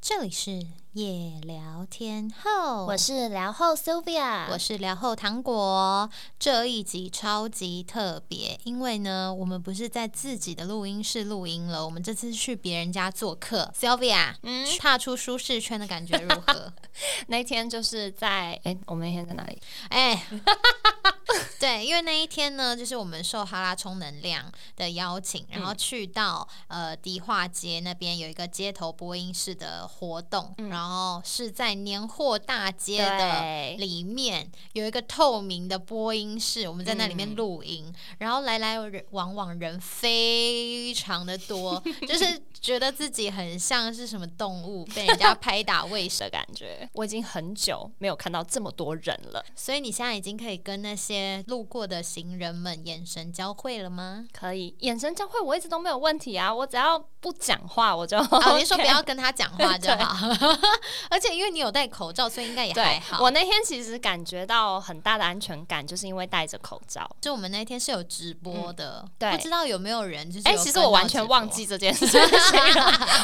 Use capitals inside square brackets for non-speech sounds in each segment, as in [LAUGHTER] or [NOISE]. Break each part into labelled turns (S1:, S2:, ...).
S1: 这里是夜聊天后，
S2: 我是聊后 Sylvia，
S1: 我是聊后糖果。这一集超级特别，因为呢，我们不是在自己的录音室录音了，我们这次去别人家做客。Sylvia，
S2: 嗯
S1: 踏出舒适圈的感觉如何？
S2: 那天就是在哎、我们那天在哪里？
S1: 哎， [LAUGHS] 对，因为那一天呢，就是我们受哈拉充能量的邀请，然后去到、呃迪化街那边有一个街头播音室的活动，然后是在年货大街的
S2: 对
S1: 里面有一个透明的播音室，我们在那里面录音，然后来来往往人非常的多，就是觉得自己很像是什么动物被人家拍打喂食
S2: 的感觉，我已经很久没有看到这么多人了。
S1: 所以你现在已经可以跟那些路过的行人们眼神交汇
S2: [LAUGHS]
S1: 了吗？
S2: 可以，眼神交汇我一直都没有问题啊，我只要不讲话我就。
S1: 啊，
S2: 我
S1: 你说不要跟他讲话
S2: [LAUGHS]
S1: 就好， [LAUGHS] 而且因为你有戴口罩，所以应该也还
S2: 对，
S1: 好。
S2: 我那天其实感觉到很大的安全感，就是因为戴着口罩。
S1: 就我们那天是有直播的，
S2: 嗯对
S1: 不知道有没有人就是
S2: 哎、
S1: 有
S2: 其
S1: 跟
S2: 实
S1: 到
S2: 我完全
S1: 直播
S2: 忘记。这件事情 [LAUGHS] 了。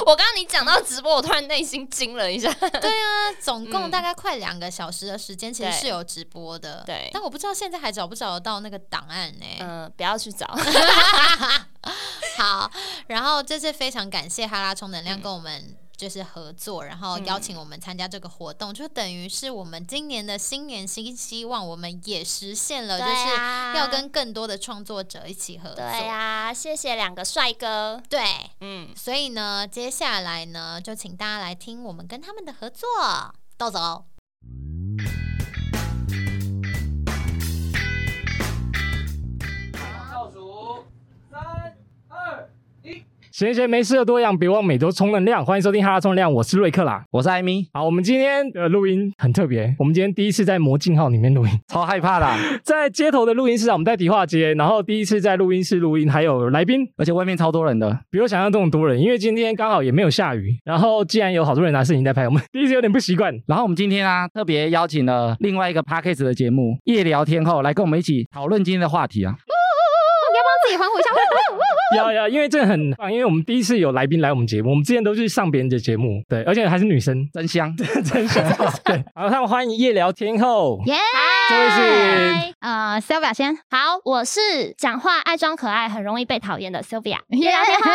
S2: 我刚刚你讲到直播，我突然内心惊了一下。
S1: 对
S2: [LAUGHS]
S1: 啊，总共大概快两个小时的时间，其实
S2: 嗯对
S1: 是有直播的。
S2: 对啊
S1: 但我不知道现在还找不找得到那个档案呢、
S2: 嗯、不要去找。
S1: 好，然后这次非常感谢哈拉充能
S2: 嗯
S1: 量跟我们就是合作，然后邀请我们参加这个活动，就等于是我们今年的新年新希望，我们也实现了，就是
S2: [LAUGHS] 啊
S1: 要跟更多的创作者一起合作。
S2: 对啊，谢谢两个帅哥。
S1: 对
S2: 嗯，
S1: 所以呢，接下来呢，就请大家来听我们跟他们的合作，豆走。
S3: 倒数三二一，
S4: 闲闲没事的多养，别忘每周充能量。欢迎收听哈拉充能量，我是瑞克啦。
S5: 我是艾米，
S4: 好，我们今天的录音很特别，我们今天第一次在魔镜号里面录音， [LAUGHS]
S5: 超害怕
S6: [LAUGHS]
S5: 的啊、
S4: 在街头的录音室啊，我们在迪化街，然后第一次在录音室录音，还有来宾
S5: 而且外面超多人的，
S4: 比我想象中的多人，因为今天刚好也没有下雨，然后既然有好多人拿摄影在拍，我们第一次有点不习
S6: [LAUGHS]
S4: 惯。
S5: 然后我们今天啊，特别邀请了另外一个 p a c k a g e 的节目《夜聊天后》来跟我们一起讨论今天的话题啊。
S4: 要要，因为这很棒，因为我们第一次有来宾来我们节目，我们之前都是上别人的节目，对，而且还是
S6: [LAUGHS]
S4: 女生，
S5: 真香，
S4: 真香。对，好，他们欢迎夜聊天
S6: [LAUGHS]
S4: 后，耶，这位是
S7: 呃，Sylvia 先，
S6: 好，我是讲话爱装可爱，很容易被讨厌的
S7: [LAUGHS]
S6: Sylvia。夜聊天后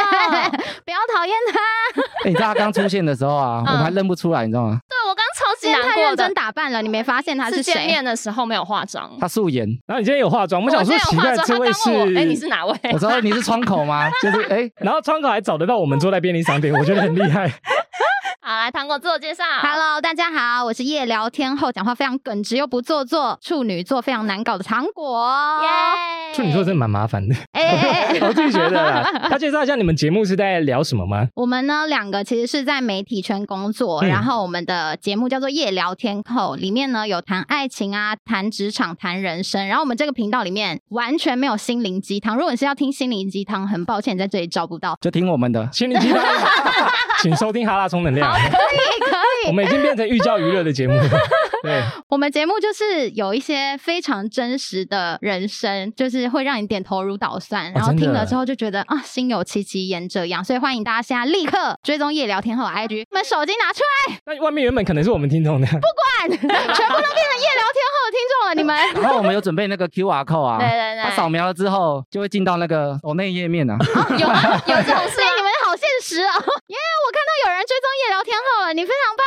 S7: 不要讨厌他，
S5: 欸你知道他刚出现的时候
S6: 嗯
S5: 啊，我们还认不出来，你知道吗？
S6: 对我刚超级
S7: 今天
S6: 难
S7: 太
S6: 过
S7: 认真
S6: 的，
S7: 打扮了，你没发现他
S6: 是
S7: 是
S6: 见
S7: 谁？
S6: 面的时候没有化妆。
S5: 他素颜，
S4: 然后你今天有化妆，我
S6: 哦我
S4: 想说
S6: 今
S4: 奇
S6: 天有化
S4: 怪，
S6: 妆，
S4: 这
S6: 他
S4: 位
S6: 刚问
S4: 是
S6: 我，哎，你是
S4: [LAUGHS]
S6: 哪位？
S5: 我说欸你是窗口吗？就是哎、
S7: [LAUGHS]
S5: 欸
S4: 然后窗口还找得到我们坐在便利商店，我觉得很厉害。
S6: [LAUGHS] 好，来糖果自我介绍。
S7: Hello，大家好，我是夜聊天后，讲话非常耿直又不做作，处女座非常难搞的糖果。哎
S6: 耶
S4: 处女座真的蛮麻烦的，
S7: 哎哎哎
S4: [LAUGHS] 我自己觉得啦。他介绍一下你们节目是在聊什么吗？
S7: 我们呢两个其实是在媒体圈工作，
S4: 嗯
S7: 然后我们的节目叫做《夜聊天后》，里面呢有谈爱情啊、谈职场、谈人生，然后我们这个频道里面完全没有心灵鸡汤。如果你是要听心灵鸡汤，很抱歉你在这里找不 [LAUGHS] 到。
S5: 就听我们的。
S4: 心灵鸡
S7: [LAUGHS]
S4: 汤，请收听哈拉充能量。我们已经变成寓教于乐的节目
S7: [LAUGHS]
S4: 了。对，
S7: 我们节目就是有一些非常真实的人生，就是会让你点头如捣蒜，然后
S4: 真的
S7: 听了之后就觉得啊，心有戚戚焉这样。所以欢迎大家现在立刻追踪夜聊天后的 IG，把手机拿出
S4: 那外面原本可能是我们听众的，
S7: 来， [LAUGHS] 全部都变成夜聊天后的听众了。你们
S5: [LAUGHS] 然后我们有准备那个 QR code 啊，
S6: 对对对
S5: 他扫描了之后就会进到那个抖内页面啊。
S6: 有有这种事
S7: 对你们好现实哦！耶、我看到有人追踪夜聊天后了，你非常棒。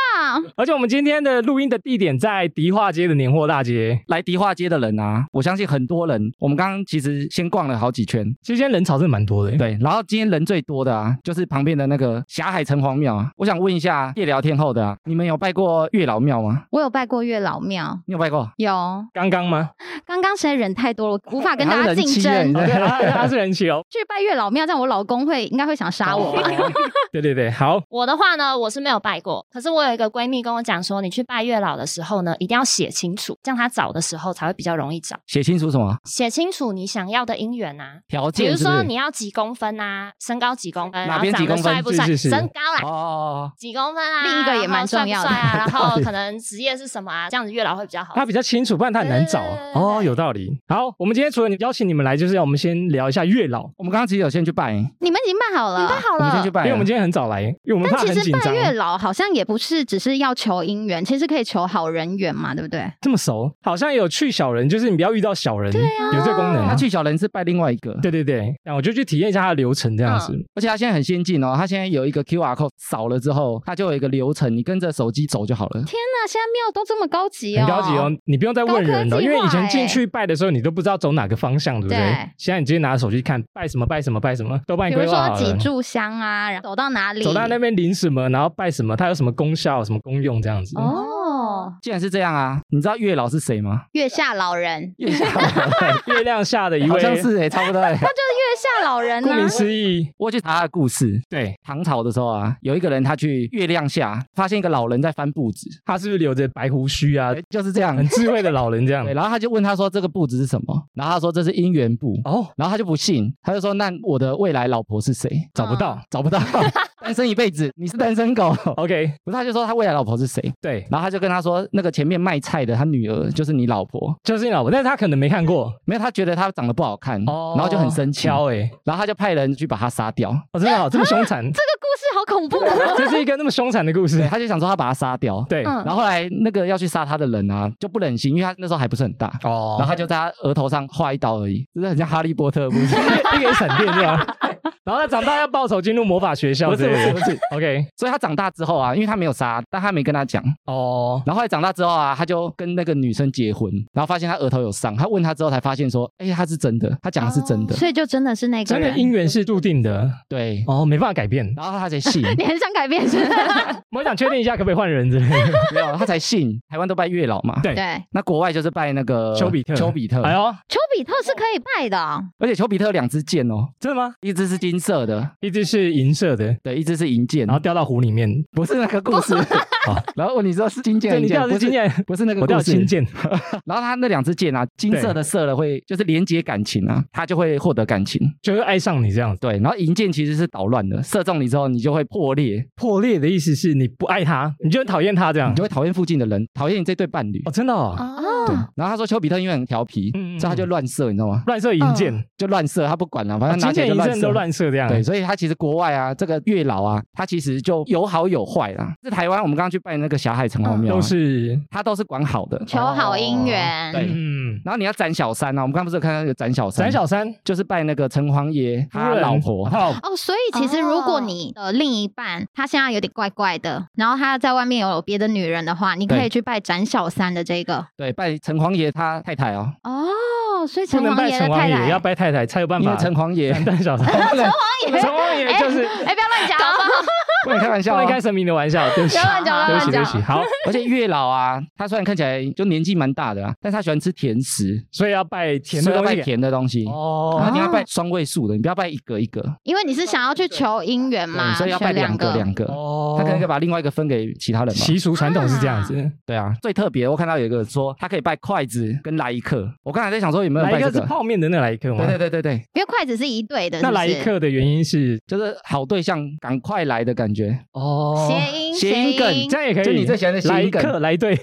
S4: 而且我们今天的录音的地点在迪化街的年货大街。
S5: 来迪化街的人啊，我相信很多人，我们刚刚其实先逛了好几圈，
S4: 其实今天人潮真的蛮多的。，
S5: 对，然后今天人最多的啊，就是旁边的那个霞海城隍庙啊。我想问一下夜聊天后的啊，你们有拜过月老庙吗？
S7: 我有拜过月老庙，
S5: 你有拜过？
S7: 有。
S4: 刚刚吗？
S7: 刚刚实在人太多了，我无法跟大
S5: 哎还
S7: 家
S5: 有人
S7: 竞
S5: 妻耶
S7: 争
S5: 你。
S4: 对，他他是人气哦。
S7: 去拜月老庙，这样我老公会应该会想杀我吧。
S4: [LAUGHS] 对对对，好，
S6: 我的话呢，我是没有拜过，可是我有一个闺蜜跟我讲说，你去拜月老的时候呢，一定要写清楚，这样他找的时候才会比较容易找。
S5: 写清楚什么
S6: 写清楚你想要的姻缘啊，
S5: 条
S6: 比
S5: 件
S6: 如
S5: 是不是？
S6: 说你要几公分啊，身高几公分，
S5: 哪边
S6: 然后
S5: 几
S6: 长得
S5: 公分
S6: 帅不帅，
S4: 是是是
S6: 身高啦
S5: 哦，哦哦
S6: 几公分啊，
S7: 另一个也蛮重要的
S6: 然后帅不帅啊，
S7: [LAUGHS]
S6: 然后可能职业是什么啊，这样子月老会比较好。
S4: 哦他比较清楚，不然他很难找
S6: 对对对对
S4: 哦。
S6: 对
S4: 有道理。好，我们今天除了邀请你们来，就是要我们先聊一下月老，
S5: 我们刚刚其实有先去拜，
S7: [LAUGHS] 你们已经办好了，
S6: 好
S5: 我们先去拜啊
S4: 因为
S5: 了，
S4: 我们今天很早来，因为我们怕
S7: 其实
S4: 很
S7: 实
S4: 紧
S7: 拜
S4: 张。
S7: 月老好像也不是只是要求姻缘，其实可以求好人缘嘛，对不对？
S4: 这么熟，好像有去小人，就是你不要遇到小人，
S7: 啊
S6: 啊
S4: 有这个功能。啊
S5: 他去小人是拜另外一个，
S4: 对对对，然后我就去体验一下它的流程，这样子。
S7: 嗯
S5: 而且它现在很先进哦，它现在有一个 QR code 扫了之后，它就有一个流程，你跟着手机走就好了。
S7: 天哪，现在庙都这么高级哦，
S4: 很高级哦，你不用再问人
S7: 高科
S4: 了，
S7: 技
S4: 因
S7: 化
S4: 为以前进去拜的时候，你都不知道走哪个方向，对不对？
S7: 对
S4: 现在你直接拿手机看拜什么拜什么拜什么，都帮
S7: 比
S4: 你
S7: 如
S4: 规划
S7: 说
S4: 好
S7: 几
S4: 了。
S7: 炷香啊，然后走到哪里，
S4: 走到那边领什么，然后拜什么，它有什么功效、什么功用这样子。
S7: 哦，
S5: 既然是这样啊，你知道月老是谁吗？
S7: 月下老人，
S5: 月下老人
S4: [LAUGHS] 月亮下的一位，
S5: [LAUGHS] 好像是哎、差不多、欸。
S7: 就是月下老人啊
S4: 顾
S7: 呢
S4: 名。思义，
S5: 我去查他的故事，
S4: 对，
S5: 唐朝的时候啊，有一个人他去月亮下发现一个老人在翻报纸，
S4: 他是不是留着白胡须啊
S5: 哎？就是这样
S4: 很。智慧的老人这样
S5: [LAUGHS] 对，。然后他就问他说这个布子是什么，然后他说这是姻缘布，
S4: 哦，
S5: 然后他就不信，他就说那我的未来老婆是谁？
S4: 找不到。
S5: [LAUGHS]
S4: 哦
S5: 找不到，单身一辈子，你是单身狗。
S4: OK，
S5: 不是，他就说他未来老婆是谁，
S4: 对，
S5: 然后他就跟他说那个前面卖菜的他女儿就是你老婆，
S4: 就是你老婆，但是他可能没看过，
S5: 没有，他觉得她长得不好看，
S4: 哦，
S5: 然后就很生气，
S4: 挑哎，
S5: 然后他就派人去把她杀掉，
S4: 哦，真的
S5: [LAUGHS]
S4: 好，这么凶残，
S7: 这个故事好恐怖哦，
S4: 这是一个那么凶残的故事
S5: 对，。他就想说他把她杀掉，
S4: 对，
S7: 嗯
S5: 然后后来那个要去杀他的人啊就不忍心，因为他那时候还不是很大，
S4: 哦
S5: 然后他就在他额头上划一刀而已，就是很像哈利波特的故事。 [LAUGHS]
S4: 一个闪电对吧？然后他长大要报仇，进入魔法学校
S5: 不
S4: 之
S5: 是不是
S4: 类
S5: 不
S4: 的。
S5: 是，
S4: OK，
S5: 所以他长大之后啊，因为他没有杀，但他没跟他讲。
S4: 哦，
S5: 然后后来长大之后啊，他就跟那个女生结婚，然后发现他额头有伤。他问他之后才发现说，哎、他是真的，他讲的是真的，
S7: 所以就真的是那个
S4: 真的
S7: 人。
S4: 姻缘是注定的
S5: 对。
S4: 哦，没办法改变。
S5: 然后他才信，
S7: 你很想改变是不是？
S4: 我想确定一下，可不可以换人之类的？
S5: 没有，他才信。台湾都拜月老嘛，
S4: [LAUGHS] 对
S7: 对，
S5: 那国外就是拜那个
S4: 丘比特
S5: 呃丘比特，
S4: 哎呦，
S7: 丘比特是可以拜的哦，
S5: 而且丘比特有两支箭哦，
S4: 真的吗？
S5: 一支是金色的，
S4: 一只是银色的，
S5: 对，一支是银箭。
S4: 然后掉到湖里面。哦
S5: 不是那个故事， [LAUGHS] 然后你说是金
S4: 对
S5: 箭，
S4: 你
S5: 银
S4: 掉的
S5: 箭，不
S4: 是
S5: 是
S4: 金剑，
S5: 不是那个
S4: 我掉
S5: 故
S4: 的
S5: 事，
S4: 青剑。
S5: [LAUGHS] 然后他那两支箭啊，金色的射了会就是连接感情啊，他就会获得感情。
S4: [LAUGHS] 就是爱上你这样子。
S5: 对，然后银箭其实是捣乱的，射中你之后你就会破裂，
S4: 破裂的意思是你不爱他，你就很讨厌他这样
S5: 你。就会讨厌附近的人，讨厌你这对伴侣。
S4: 嗯哦，真的哦，
S7: 啊
S6: 哦，
S5: 对，然后他说丘比特因为很调皮，
S4: 嗯嗯
S5: 所以他就乱射，你知道吗？
S4: 乱射银
S7: 嗯
S4: 箭，
S5: 就乱射，他不管了、反正拿
S4: 哦金
S5: 起来
S4: 箭银
S5: 就乱
S4: 箭
S5: 射。
S4: 都乱嗯射这样。
S5: 对，所以他其实国外啊，这个月老啊，他其实就有好有坏啦。在台湾，我们刚刚去拜那个霞海城隍
S4: 嗯
S5: 庙啊、
S4: 都是
S5: 他都是管好的。
S7: 求好姻缘。
S5: 对
S4: 嗯，
S5: 然后你要斩小三啊，我们刚刚不是有看到那个斩小三？
S4: 展小三
S5: 就是拜那个城隍爷
S4: 夫
S5: 他
S4: 人
S5: 老婆，
S4: 他老婆
S7: 哦，所以其实如果你的另一半他现在有点怪怪的，然后他在外面有别的女人的话，你可以
S5: 对
S7: 去拜斩小三的这个
S5: [LAUGHS] 对，拜城隍爷他太太哦，
S7: 哦，所以
S4: 不
S7: 城
S4: 能
S7: 隍
S4: 拜
S7: 爷
S4: 城
S7: 的
S4: 隍
S7: 太太
S4: 爷，要拜太太才有办
S5: 因为
S4: 法。
S5: 城隍爷
S4: 斩断
S7: [LAUGHS]
S4: 小三，不能城隍
S5: [LAUGHS]
S4: 爷就是
S7: 哎、不要乱讲，
S5: 不 [LAUGHS] 能开玩笑、
S4: 不能开
S5: 哦，
S4: 神明的玩笑，对不起
S7: 不要，乱讲，
S4: 对
S7: 不要
S4: 不起，对
S7: 乱
S4: 不
S7: 讲。
S4: 起。好，
S5: 而且月老啊，他虽然看起来就年纪蛮大的啊，但是他喜欢吃甜食，
S4: 所以要拜甜
S5: 所
S4: 的
S5: 以要
S4: 东
S5: 拜
S4: 西。
S5: 甜的东西。然
S4: 哦
S5: 后你要拜双位数的，你不要拜一个一个，
S7: [LAUGHS] 因为你是想要去求姻缘嘛，
S5: 对所以要拜
S7: 选
S5: 两
S7: 个
S5: 个两个。
S4: 哦
S5: 他可能可以把另外一个分给其他人嘛？
S4: 习俗传统是这样子，
S5: 对啊，最特别我看到有一个说他可以拜筷子跟来一客，我刚才在想说有没有
S4: 来
S5: 拜
S4: 一
S5: 这
S4: 个是
S5: 个？
S4: 泡面的那来一克吗
S5: 对？对对对对，
S7: 因为筷子是一对的，
S4: 那来一
S7: 是不
S4: 克的原因是
S5: 就是好对象赶快来的感觉，
S4: 哦
S7: 是谐音
S5: 谐音梗
S4: 这样也可以，
S5: 就你最喜欢的谐
S4: 来一
S5: 音梗
S4: 克来一
S5: [LAUGHS]
S4: 对，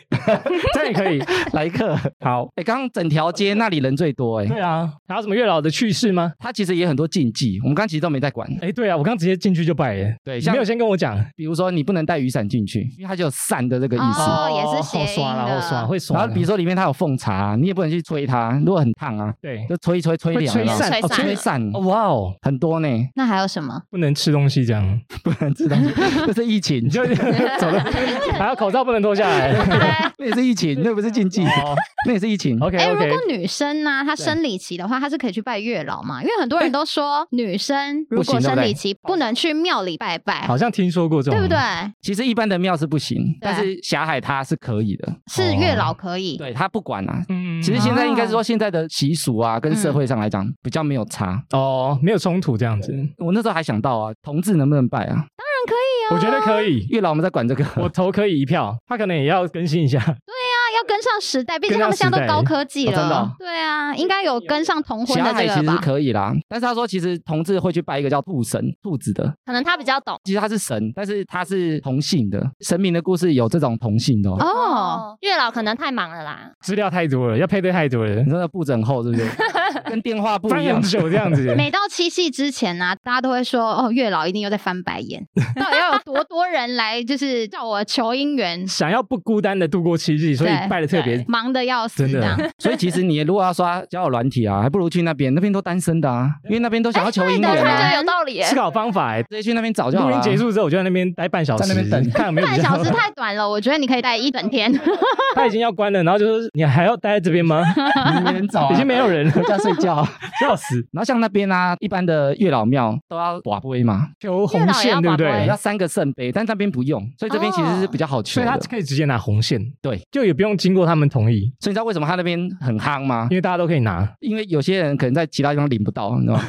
S4: 这样也可以。
S5: 来一客。
S4: 好，
S5: 哎，刚刚整条街那里人最多哎、
S4: 对啊，还有什么月老的趣事吗？
S5: 他其实也很多禁忌，我们刚刚其实都没在管。
S4: 哎，对啊，我刚直接进去就拜耶，
S5: 对，
S4: 你
S5: 像
S4: 没有先跟我讲，
S5: 比如说你不能带雨伞进去，因为它就有伞的这个意思。
S7: 哦也是谐
S4: 好
S7: 音
S4: 耍啦，
S7: 的
S4: 好耍，会耍
S5: [LAUGHS] 然
S4: 啦。
S5: 后比如说里面它有奉茶、你也不能去吹它，如果很烫啊，
S4: 对，
S5: 就吹一吹吹
S4: 会
S5: 凉
S4: 吹
S5: 了。
S4: 散，
S6: 吹
S4: 哦
S6: 散
S5: 吹散、
S4: 哦哇哦，
S5: 很多呢，
S7: 那还有什么？
S4: 不能吃东西这样，
S5: 不能吃东西，这是疫情 [LAUGHS]
S4: 你，就 [LAUGHS] 走
S7: [LAUGHS]
S4: 了，还有口罩不能脱下来。
S5: 那也是疫情，那不是禁忌，
S4: 哦
S5: [LAUGHS] 那也是疫情。
S4: OK
S7: 哎、如
S4: OK，
S7: 果女生呢、她生理期的话，她是可以去拜月老嘛？因为很多人都说女生如
S5: 哎不
S7: 果
S5: 行对不
S7: 生
S5: 对
S7: 理期不能去庙里拜拜，
S4: 好像听说过这种，
S7: 对不对？？
S5: 其实一般的庙是不行，但
S4: 啊
S5: 是霞海它是可以的，
S7: 是月老可以。
S5: 哦对它不管啊。
S4: 嗯，
S5: 其实现在应该是
S7: 哦
S5: 说现在的习俗啊，跟社会上来讲比较没有差。
S4: 哦，没有冲突这样子，
S5: 我那时候还想到啊，同志能不能拜啊？
S4: 我觉得可以。
S5: 月老我们在管这个，
S4: 我投可以一票，他可能也要更新一下。
S7: 那要跟上时代，毕竟
S4: 跟
S7: 他
S4: 上
S7: 们现在
S4: 时代
S7: 都高科技
S5: 哦
S7: 了。
S5: 真的哦
S7: 对啊，应该有跟上同
S5: [LAUGHS]
S7: 婚
S5: 霞
S7: 的
S5: 海
S7: 这
S5: 其
S7: 个
S5: 实是
S7: 吧？
S5: 可以啦，但是他说其实同志会去拜一个叫兔神兔子的，
S6: 可能他比较懂
S5: 其实他是神，但是他是同性的。神明的故事有这种同性的、哦，
S7: 哦，。
S6: 月老可能太忙了啦，
S5: [LAUGHS]
S4: 资料太多了，要配对太多了
S5: 你。真的不整厚是不是？跟电话不
S4: 翻
S5: 一样
S4: 很。久这样子。
S7: 每到七夕之前呢、大家都会说哦，月老一定又在翻白眼，到底要有多多人来就是叫我求姻缘？
S4: 想要不孤单的度过七夕，所以
S7: 对
S4: 拜的特别
S7: 对忙的要死
S4: 真
S7: 这样。
S4: 的。
S5: 所以其实你如果要刷交友软体啊，还不如去那边，那边都单身的啊，因为那边都想要求姻
S6: 哎
S2: 对，
S5: 缘
S2: 突然觉
S5: 啊，
S2: 得有道理耶
S4: [LAUGHS] 是。个好方法哎。
S5: 直接去那边找就
S4: 录
S5: 好了
S4: 音
S5: 啊。
S4: 结束之后，我就在那边待半小时，
S5: 在那边等
S4: 看有没有比
S7: 啊半
S4: 较
S7: 小时太短了，我觉得你可以待一整天。
S4: 他已经要关了，然后就说你还要待在这边
S7: [LAUGHS]
S4: 吗？
S5: 没人找啊
S4: 已经没
S5: [LAUGHS]
S4: 有人了，
S5: 回家睡觉。
S4: 笑死。
S5: 然后像那边啊，一般的月老庙都要寡杯嘛，
S4: 求红线对不
S6: 月老
S5: 对，
S4: 对
S5: 要？三个圣杯，但那边不用，所以这边其实是比较好求
S4: 所以
S5: 的。
S4: 他
S5: 所以
S4: 可以直接拿红线，
S5: 对，
S4: 就也不用经过他们同意，
S5: 你知道为什么他那边很夯吗
S4: 因？为大家都可以拿。
S5: 因为有些人可能在其他地方领不到，你知
S4: [LAUGHS]
S5: 道吗？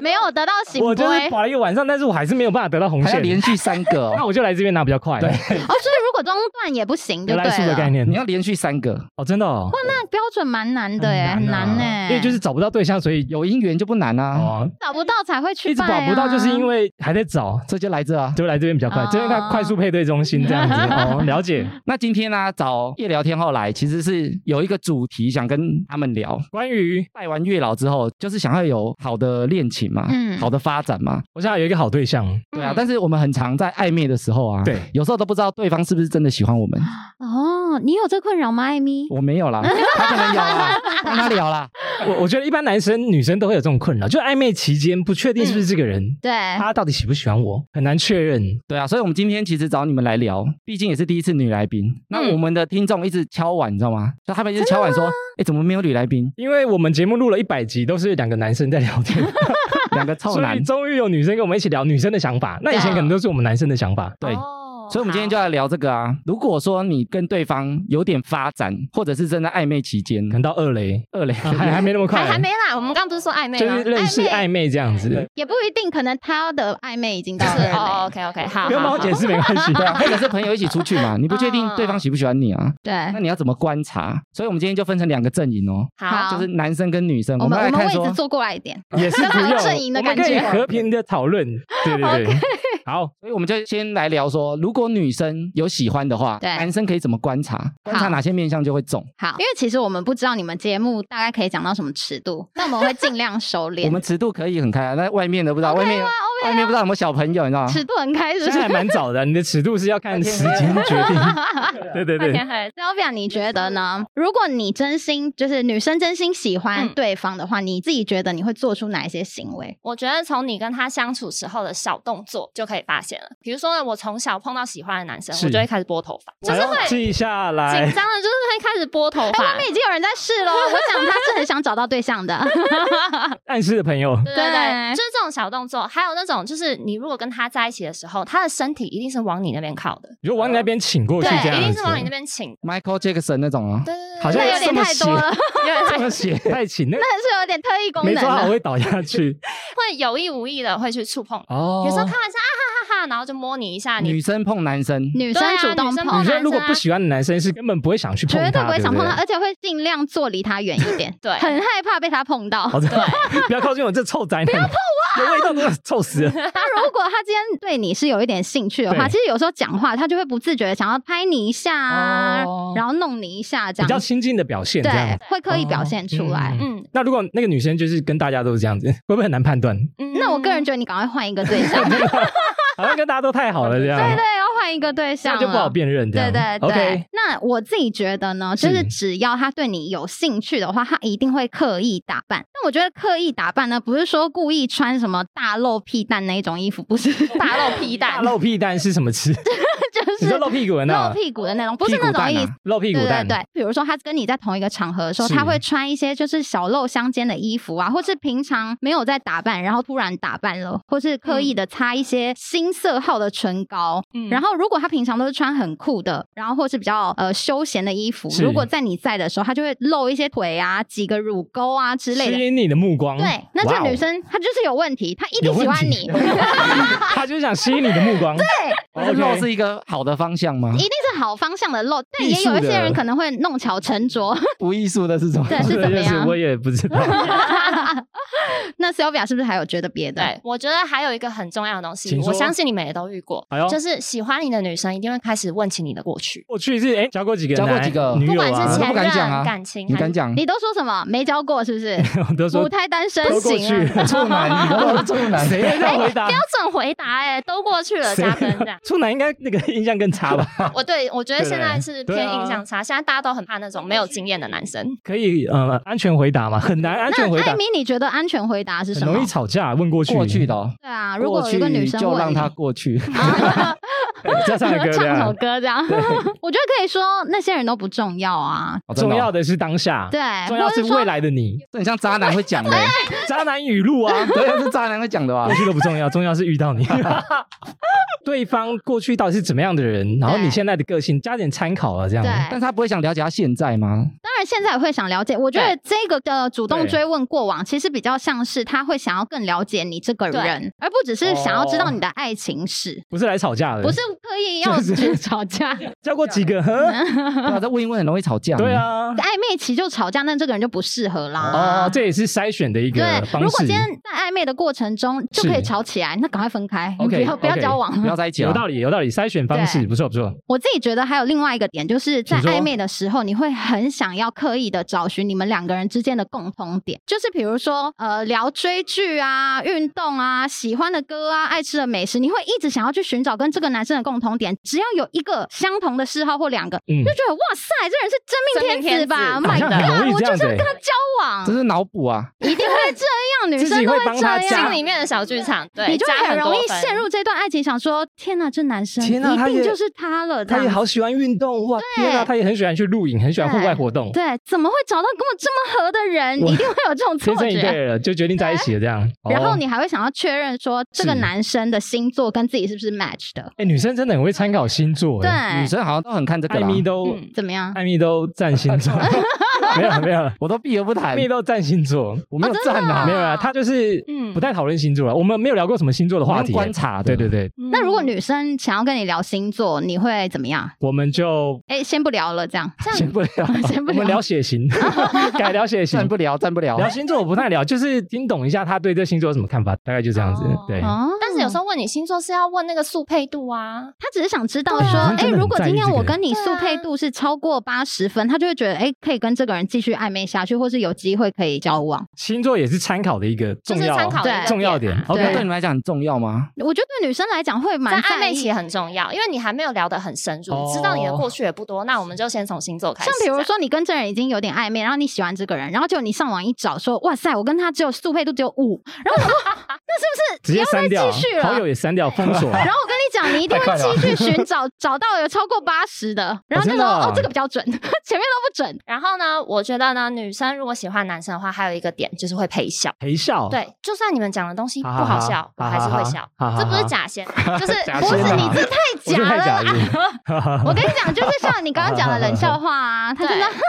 S7: 没有得到醒
S4: 我
S7: 杯
S4: 就
S7: 哦，所
S4: 是
S7: 以
S4: 跑了一个晚上，但是我还是没有办法得到红
S5: 还要
S4: 线。
S5: 连续三个
S4: [LAUGHS] 那
S5: 哦，
S4: 我就来这边拿比较快，
S5: 对，
S7: 哦
S5: 啊
S7: 如果中断也不行，就
S4: 有来
S7: 对
S4: 速的概
S7: 了。
S4: 念
S5: 你。要连续三个，
S4: 哦，真的哦，
S7: 那标准蛮难的耶，很难
S4: 啊因
S7: 呢，
S4: 为就是找不到对象，所以有
S5: 有姻缘就不难啊，
S4: 哦，
S7: 找不到才会去
S4: 一直
S7: 拜
S4: 找
S7: 啊。
S4: 不到，就是因为还在找，
S5: 这就来这啊。
S4: 就来这边比较快
S7: 哦，
S4: 这边快快速配对中心这样
S7: [LAUGHS]
S4: 子。哦，了解。
S5: 那今天呢、啊找夜聊天后来，其实是有一个主题想跟他们聊。
S4: 关于
S5: 拜完月老之后，就是想要有好的恋情嘛，
S7: 嗯
S5: 好的发展嘛，
S4: 我想有一个好对象，
S5: 对啊。但是我们很常在暧昧的时候啊，
S4: 对
S5: 有时候都不知道对方是不是真的喜欢我们。
S7: 哦，你有这困扰吗，艾米？
S5: 我没有啦，他可能有啦，让他聊啦。
S4: 我我觉得一般男生女生都会有这种困扰，就暧昧期间不确定是不是这个人，
S7: 对，
S4: 他到底喜不喜欢我，很难确认。？
S5: 对啊，所以我们今天其实找你们来聊，毕竟也是第一次女来宾。那我们的听众一直敲碗，你知道吗？就他们一直敲碗说，哎，怎么没有女来宾
S4: 因为我们节目录了一百集，都是两个男生在聊天，
S5: 两个臭
S4: 所
S5: 男
S4: 以。终于有女生跟我们一起聊女生的想法。那以前可能都是我们男生的想法，
S5: 对，
S2: 哦
S5: 所以我们今天就来聊这个啊。如果说你跟对方有点发展，或者是正在暧昧期间
S4: 可，能到二雷，
S5: 二雷
S4: 啊还还没那么快，
S6: 还还没啦，我们刚刚不是说暧昧
S4: 就
S6: 吗
S4: 是？认识
S7: 暧
S4: 暧昧这样子，
S7: 也不一定，可能他的暧昧已经到
S6: 是
S7: 了。
S6: 哦，OK OK，好，
S4: 不用帮我
S6: 好
S4: 解释没关系。
S5: 对啊，或者是朋友一起出去嘛，你不确定对方喜不喜欢你啊，
S7: 对，
S5: 那你要怎么观察？所以我们今天就分成两个阵营哦，
S6: 好，
S5: 就是男生跟女生，
S7: 我
S5: 们
S7: 们
S5: 来
S7: 我们
S5: 看
S7: 位
S5: 说
S7: 置坐过来一点。
S4: 也是不用，
S7: 刚好阵营的
S4: 我们
S7: 感
S4: 可以
S7: 觉
S4: 和平的讨论。对对对， [LAUGHS] 好，
S5: 所以我们就先来聊说，如果女生有喜欢的话，
S7: 对
S5: 男生可以怎么观察？观察
S7: 好
S5: 哪些面相就会中。
S7: 好，因为其实我们不知道你们节目大概可以讲到什么尺度，但我们会尽量收敛。
S5: 我们尺度可以很开啊，那外面的不知道，外面外面不知道有没有小朋友，你知道吗？
S7: 尺度很开，啊是
S4: 现
S7: 不
S4: 在还？
S7: 是
S4: 蛮早的啊，你的尺度是要看时间决定。对对
S6: 那
S4: 对，
S6: 天还
S7: Sylvia，你觉得呢？如果你真心就是女生真心喜欢
S6: 嗯
S7: 对方的话，你自己觉得你会做出哪一些行为？
S6: 我觉得从你跟他相处时候的小动作就可以发现了。比如说呢，我从小碰到喜欢的男生，
S4: 是
S6: 我就会开始拨头发，就
S4: 我
S6: 是
S4: 要
S6: 会紧
S4: 记下
S6: 张的，
S4: 来
S6: 就。是会开始拨头
S7: 哎、
S6: 发
S7: 外。面已经有人在试了，我想他是很想找到对象的。
S4: 暗示的朋友，
S6: 对对
S7: 对
S6: 对，就是这种小动作，还有那种就是你如果跟他在一起的时候，他的身体一定是往你那边靠的，
S4: 你就往你那边请过去这
S6: 对，一
S4: 样
S6: 定
S4: 子
S6: 是，往你那边倾。
S5: Michael Jackson 那种啊，
S6: 对对对，
S4: 好像
S7: 那有
S4: 这
S7: 点
S4: 么
S7: 太多了，
S4: 这么写太请，
S7: [LAUGHS]
S4: 那
S7: 但是有点特异功
S4: 没啊
S7: 能啊
S4: 抓好
S7: 了。
S4: 会倒下
S7: [LAUGHS]
S4: 去。
S6: 会有意无意的会去触碰你。
S5: 哦
S6: 有时候开玩笑啊哈哈哈，然后就摸你一下，你
S5: [LAUGHS] 女生碰男生，
S7: 女
S6: 对
S7: 生
S6: 啊
S7: 主动
S6: 女生
S7: 碰
S6: 碰
S4: 女，生如果
S6: 男生啊。
S4: 不喜欢的男生是根本不会想去碰他，
S7: 绝对不会想碰他，
S4: 对
S7: 而且会尽量坐离他远一点
S6: 对
S7: 很害怕被他碰到。
S4: 不对。好 [LAUGHS] 的，不要靠近我这臭宅男，不要碰
S7: 啊
S4: 我，有味道都是臭
S7: [LAUGHS]
S4: 死了。
S7: 那如果他今天对你是有一点兴趣的话，
S4: 对
S7: 其实有时候讲话他就会不自觉的想要拍你一下啊，然后弄你一下这
S4: 哦比较
S7: 样，
S4: 亲近的表现这
S7: 对
S4: 样。，
S7: 会刻意表现出来。
S4: 嗯
S6: 嗯
S4: 那如果那个女生就是跟大家都是这样子，会不会很难判
S7: [LAUGHS]
S4: 断？
S6: 嗯，
S7: 那我个人觉得你赶快换一个对
S4: [LAUGHS]
S7: 象，对
S4: 好像跟大家都太好了这样，
S7: 对，要换一个对
S4: 这
S7: 象
S4: 样哦就不好
S7: 了。
S4: 辨认这
S7: 对
S4: 样。
S7: 对对
S4: OK，
S7: 那我自己觉得呢，就是
S4: 是
S7: 只要他对你有兴趣的话，他一定会刻意打扮。但我觉得刻意打扮呢，不是说故意穿什么大露屁蛋那一种衣服，不是
S6: 嗯大露屁
S4: 大
S6: 蛋，
S4: 露屁蛋是什么吃？
S7: [LAUGHS] 就是
S4: 你说露屁股的那
S7: 露屁股的那种，不是
S5: 屁股
S7: 那种
S5: 蛋
S7: 意
S5: 啊
S7: 思。
S4: 露屁股
S7: 对对
S4: 蛋，
S7: 对，比如说他跟你在同一个场合的时候，
S4: 是
S7: 他会穿一些就是小露相间的衣服啊，或是平常没有在打扮，然后突然打扮了，或是刻
S4: 嗯
S7: 意的擦一些新色号的唇膏。
S6: 嗯
S7: 然后如果他平常都是穿很酷的，然后或是比较呃休闲的衣服，
S4: 是
S7: 如果在你在的时候，他就会露一些腿啊、几个乳沟啊之类
S4: 吸
S7: 的。
S4: 引你的目光。
S7: 对，那这
S4: 哇
S7: 个
S4: 哦
S7: 女，生她就是有问题，她一
S4: 有
S7: 定喜
S4: 问
S7: 欢
S4: 题
S7: 你，一定 [LAUGHS]
S4: 她就是想吸引你的目光。对
S5: 哦
S4: 哦
S5: 但是
S4: o
S5: 肉
S4: k
S5: 是一个好的方向吗？
S7: 是是好方向的漏，但
S5: 艺
S7: 也
S5: 术
S7: 有一些
S5: 的
S7: 人可能会弄巧成拙。 [LAUGHS]
S5: 无艺术的是什么？
S7: 对是怎么样
S4: 我也不知
S5: [LAUGHS]
S4: 道。
S7: 那 Sylvia 是不是还有觉得别的？
S6: 对，我觉得还有一个很重要的东西
S4: 请，
S6: 我
S4: 说
S6: 相信你们也都遇过
S4: 哎呦，
S6: 就是喜欢你的女生一定会开始问起你的过去，
S4: 我去是哎，交过几个
S5: 交
S4: 男，
S5: 过几个
S4: 女
S6: 不
S4: 友
S6: 管
S4: 啊
S6: 是，
S5: 我
S6: 前
S5: 都不敢讲啊
S6: 任、感情，
S5: 你敢？讲？
S7: [LAUGHS] 你都说什么？没教过是不是？
S4: 我 [LAUGHS] 都
S7: 母
S4: 说
S7: 胎单身
S4: 都过
S7: 行
S4: 去
S7: 啊。，
S5: 处男，你都是处男，
S4: 谁会这样回答？
S6: 标准回答哎、都过去了，
S4: 啊谁。
S6: 加分这样
S4: 处男应该
S7: [LAUGHS]
S4: 那个印象更差吧？
S6: 我对我觉得
S4: 对
S6: 现在是
S4: 对
S6: 偏
S4: 啊
S6: 印象差，现在大家都很怕那种没有经验的男生。
S4: 可以呃，安全回答嘛，很难安全回
S7: [LAUGHS] 那艾
S4: 答，
S7: 米，你觉得安全回答是
S4: 很
S7: 什么
S4: 容易？吵架。问过去，
S5: 过去的哦。
S7: 对啊，如
S5: 过
S7: 果有一个女
S5: 去
S7: 生
S5: 就
S7: 问
S5: 让
S7: 你啊
S5: 他过去。
S4: 加
S7: [LAUGHS]
S4: 上一个啊
S7: 唱首
S4: 的，
S7: 歌这样， [LAUGHS] 我觉得可以说那些人都不重要
S4: [LAUGHS]
S7: 啊，
S5: 哦真
S4: 重
S5: 的哦
S4: 要的是当下，
S7: 对，
S4: 重要
S7: 或
S4: 是
S7: 者说
S4: 未来的你，
S5: 这很像渣男会讲
S7: [LAUGHS]
S5: 的，。
S4: 渣男语录啊
S5: 对，是渣男会讲的啊吧
S4: 过？去都不重要，重要是遇到
S7: [LAUGHS]
S4: 你。对方过去到底是怎么样的人，然后你
S7: 对
S4: 现在的个性加点参考啊，这样
S7: 对。
S5: 但是他不会想了解他现在吗？
S7: 当然现在也会想了解，我觉得这个的主动
S4: 对
S7: 追问过往，其实比较像是他会想要更了解你这个人，而不只是想要知道你的爱情史，
S4: 不是来吵架的，
S7: 不是嗯刻意要
S4: 哦 [LAUGHS] 就是
S7: 去吵架。 [LAUGHS]
S4: 交过几个？哼
S5: [LAUGHS] 对啊，这问一问很容易吵架。
S4: 对，啊，
S7: 暧昧期就吵架，那这个人就不适合啦。
S4: 哦，这也是筛选的一个
S7: 对，
S4: 方式。
S7: 如果今天在暧昧的过程中就可以
S4: 是
S7: 吵起来，那赶快分开，你
S5: OK，
S7: 不要不要
S4: OK，
S7: 交往。
S5: 不要在一起啊
S4: 有
S5: 了。
S4: 道理，有道理，筛选方式
S7: 对
S4: 不错不错。
S7: 我自己觉得还有另外一个点，就是在
S4: 请说
S7: 暧昧的时候，你会很想要刻意的找寻你们两个人之间的共同点，就是比如说呃聊追剧啊、运动啊、喜欢的歌啊、爱吃的美食，你会一直想要去寻找跟这个男生的共同点。只要有一个相同的嗜好或两个，
S4: 嗯
S7: 就，觉得哇塞，这人是真命天子吧
S6: 真
S4: 命天子好像很容
S7: ？My God，
S4: 易
S7: 我
S4: 这
S7: 就
S4: 样
S7: 是
S4: 子
S7: 要跟他交往
S5: 这，是脑补啊，
S4: [LAUGHS]
S7: 一定会这样，女
S4: 自
S7: 生
S4: 己
S7: 都
S4: 会
S7: 会
S4: 帮
S7: 这
S4: 他
S7: 样
S4: 加
S6: 心。里面的小剧场，对，
S7: 你就
S6: 加
S7: 会很
S6: 很多
S7: 容易
S6: 分
S7: 陷入这段爱情，想说天哪，这男生
S4: 天哪啊
S7: 一
S4: 他
S7: 定
S4: 也
S7: 就是他了。这
S4: 他
S7: 样
S4: 也好喜欢运动哇！天啊，他也很喜欢去露营，很喜欢户外活动。
S7: 对，怎么会找到跟我这么合的人？
S4: 我
S7: 一定会
S4: [LAUGHS]
S7: 有这种错
S4: 天生一
S7: 觉。
S4: 对了，就决定在一起了这样。
S7: 然后
S4: 哦
S7: 你还会想要确认说这个
S4: 是
S7: 男生的星座跟自己是不是 match 的？
S4: 哎，女生真的很会参考星座，
S7: 对，
S4: 哎，
S5: 女生好像都很看这个
S4: 艾
S5: 啦。
S4: 米都
S6: 嗯，
S7: 怎么样？
S4: 艾米都占星
S7: [LAUGHS]
S4: 座，没有没有，
S5: 我都避而不谈
S4: [LAUGHS] 艾，米都占星座，
S5: 我
S7: 哦
S5: 没有赞啊，
S4: 没有啊，她就是
S6: 嗯
S4: 不太讨论星座了。我们没有聊过什么星座的话
S5: 我们
S4: 题，
S5: 观察的
S4: 对对对，
S7: 那如果
S6: 嗯
S7: 女生想要跟你聊星座，你会怎么样？
S4: 我们就
S7: 哎，先不聊了，这样。
S4: 先不聊，
S7: [LAUGHS] 先不
S4: 我们
S7: 聊
S4: 聊血型，改聊血型
S5: 站，不了，站不了。
S4: 聊星座我不太聊，就是听懂一下他对这星座有什么看法，大概就这样子
S6: 哦。
S4: 对，
S7: 哦，
S6: 但是有时候问你星座是要问那个速配度啊，
S7: 他只是想知道
S6: 对啊
S4: 真
S7: 说，哎，
S4: 的很
S7: 如果
S4: 在意
S7: 今天
S4: 这个
S7: 我
S4: 人
S7: 跟你
S6: 对啊
S7: 速配度是超过八十分，他就会觉得，哎，可以跟这个人继续暧昧下去，或是有机会可以交往。
S4: 星座也是参考的一个
S6: 就
S4: 重
S6: 是
S4: 要
S6: 参考的一
S7: 对
S6: 个
S4: 重要
S6: 点
S4: 点
S6: 啊。
S4: OK，
S5: 对你们来讲很重要吗？
S7: 我觉得对女生来讲会蛮
S6: 在暧
S7: 在
S6: 昧
S7: 意
S6: 期很重要，因为你还没有聊得很深入，
S4: 哦
S6: 知道你的过去也不多，那我们就先从星座开始。
S7: 像比如，说，你跟这人已经有点暧昧，然后你喜欢这个人，然后就你上网一找说，哇塞，我跟他只有速配度只有五，然后我想说啊那是
S4: [LAUGHS] 直
S7: 不是不
S4: 接
S7: 要
S4: 删
S7: 再
S4: 掉啊
S7: 继续，
S4: 好友
S7: 了？
S4: 也删掉，封锁。
S7: [LAUGHS] 然后我跟你讲，你一定
S4: [LAUGHS]
S7: 会继续寻找，找到有超过八十的，然后就
S4: 真
S7: 说
S4: 的啊
S7: 哦，这个比较准，前面 [LAUGHS] 都不准。
S6: 然后呢，我觉得呢，女生如果喜欢男生的话，还有一个点就是会陪笑。
S4: 陪笑， [LAUGHS]
S6: 对，就算你们讲的东西不
S4: 哦哈哈哈，
S6: 好笑，我还是会笑。
S4: 哈哈哈
S6: 这不是，假先，就是
S4: [LAUGHS] 假
S6: 不
S4: 先
S6: 是
S4: 啊
S6: 你这
S4: 我就
S6: 太
S4: 太
S6: 假
S4: 假
S6: 了。
S4: 了。
S7: 我跟你讲，就是像你刚刚讲的冷笑话啊，他就说
S6: 对
S7: 哈
S4: 哦你
S7: 哈真的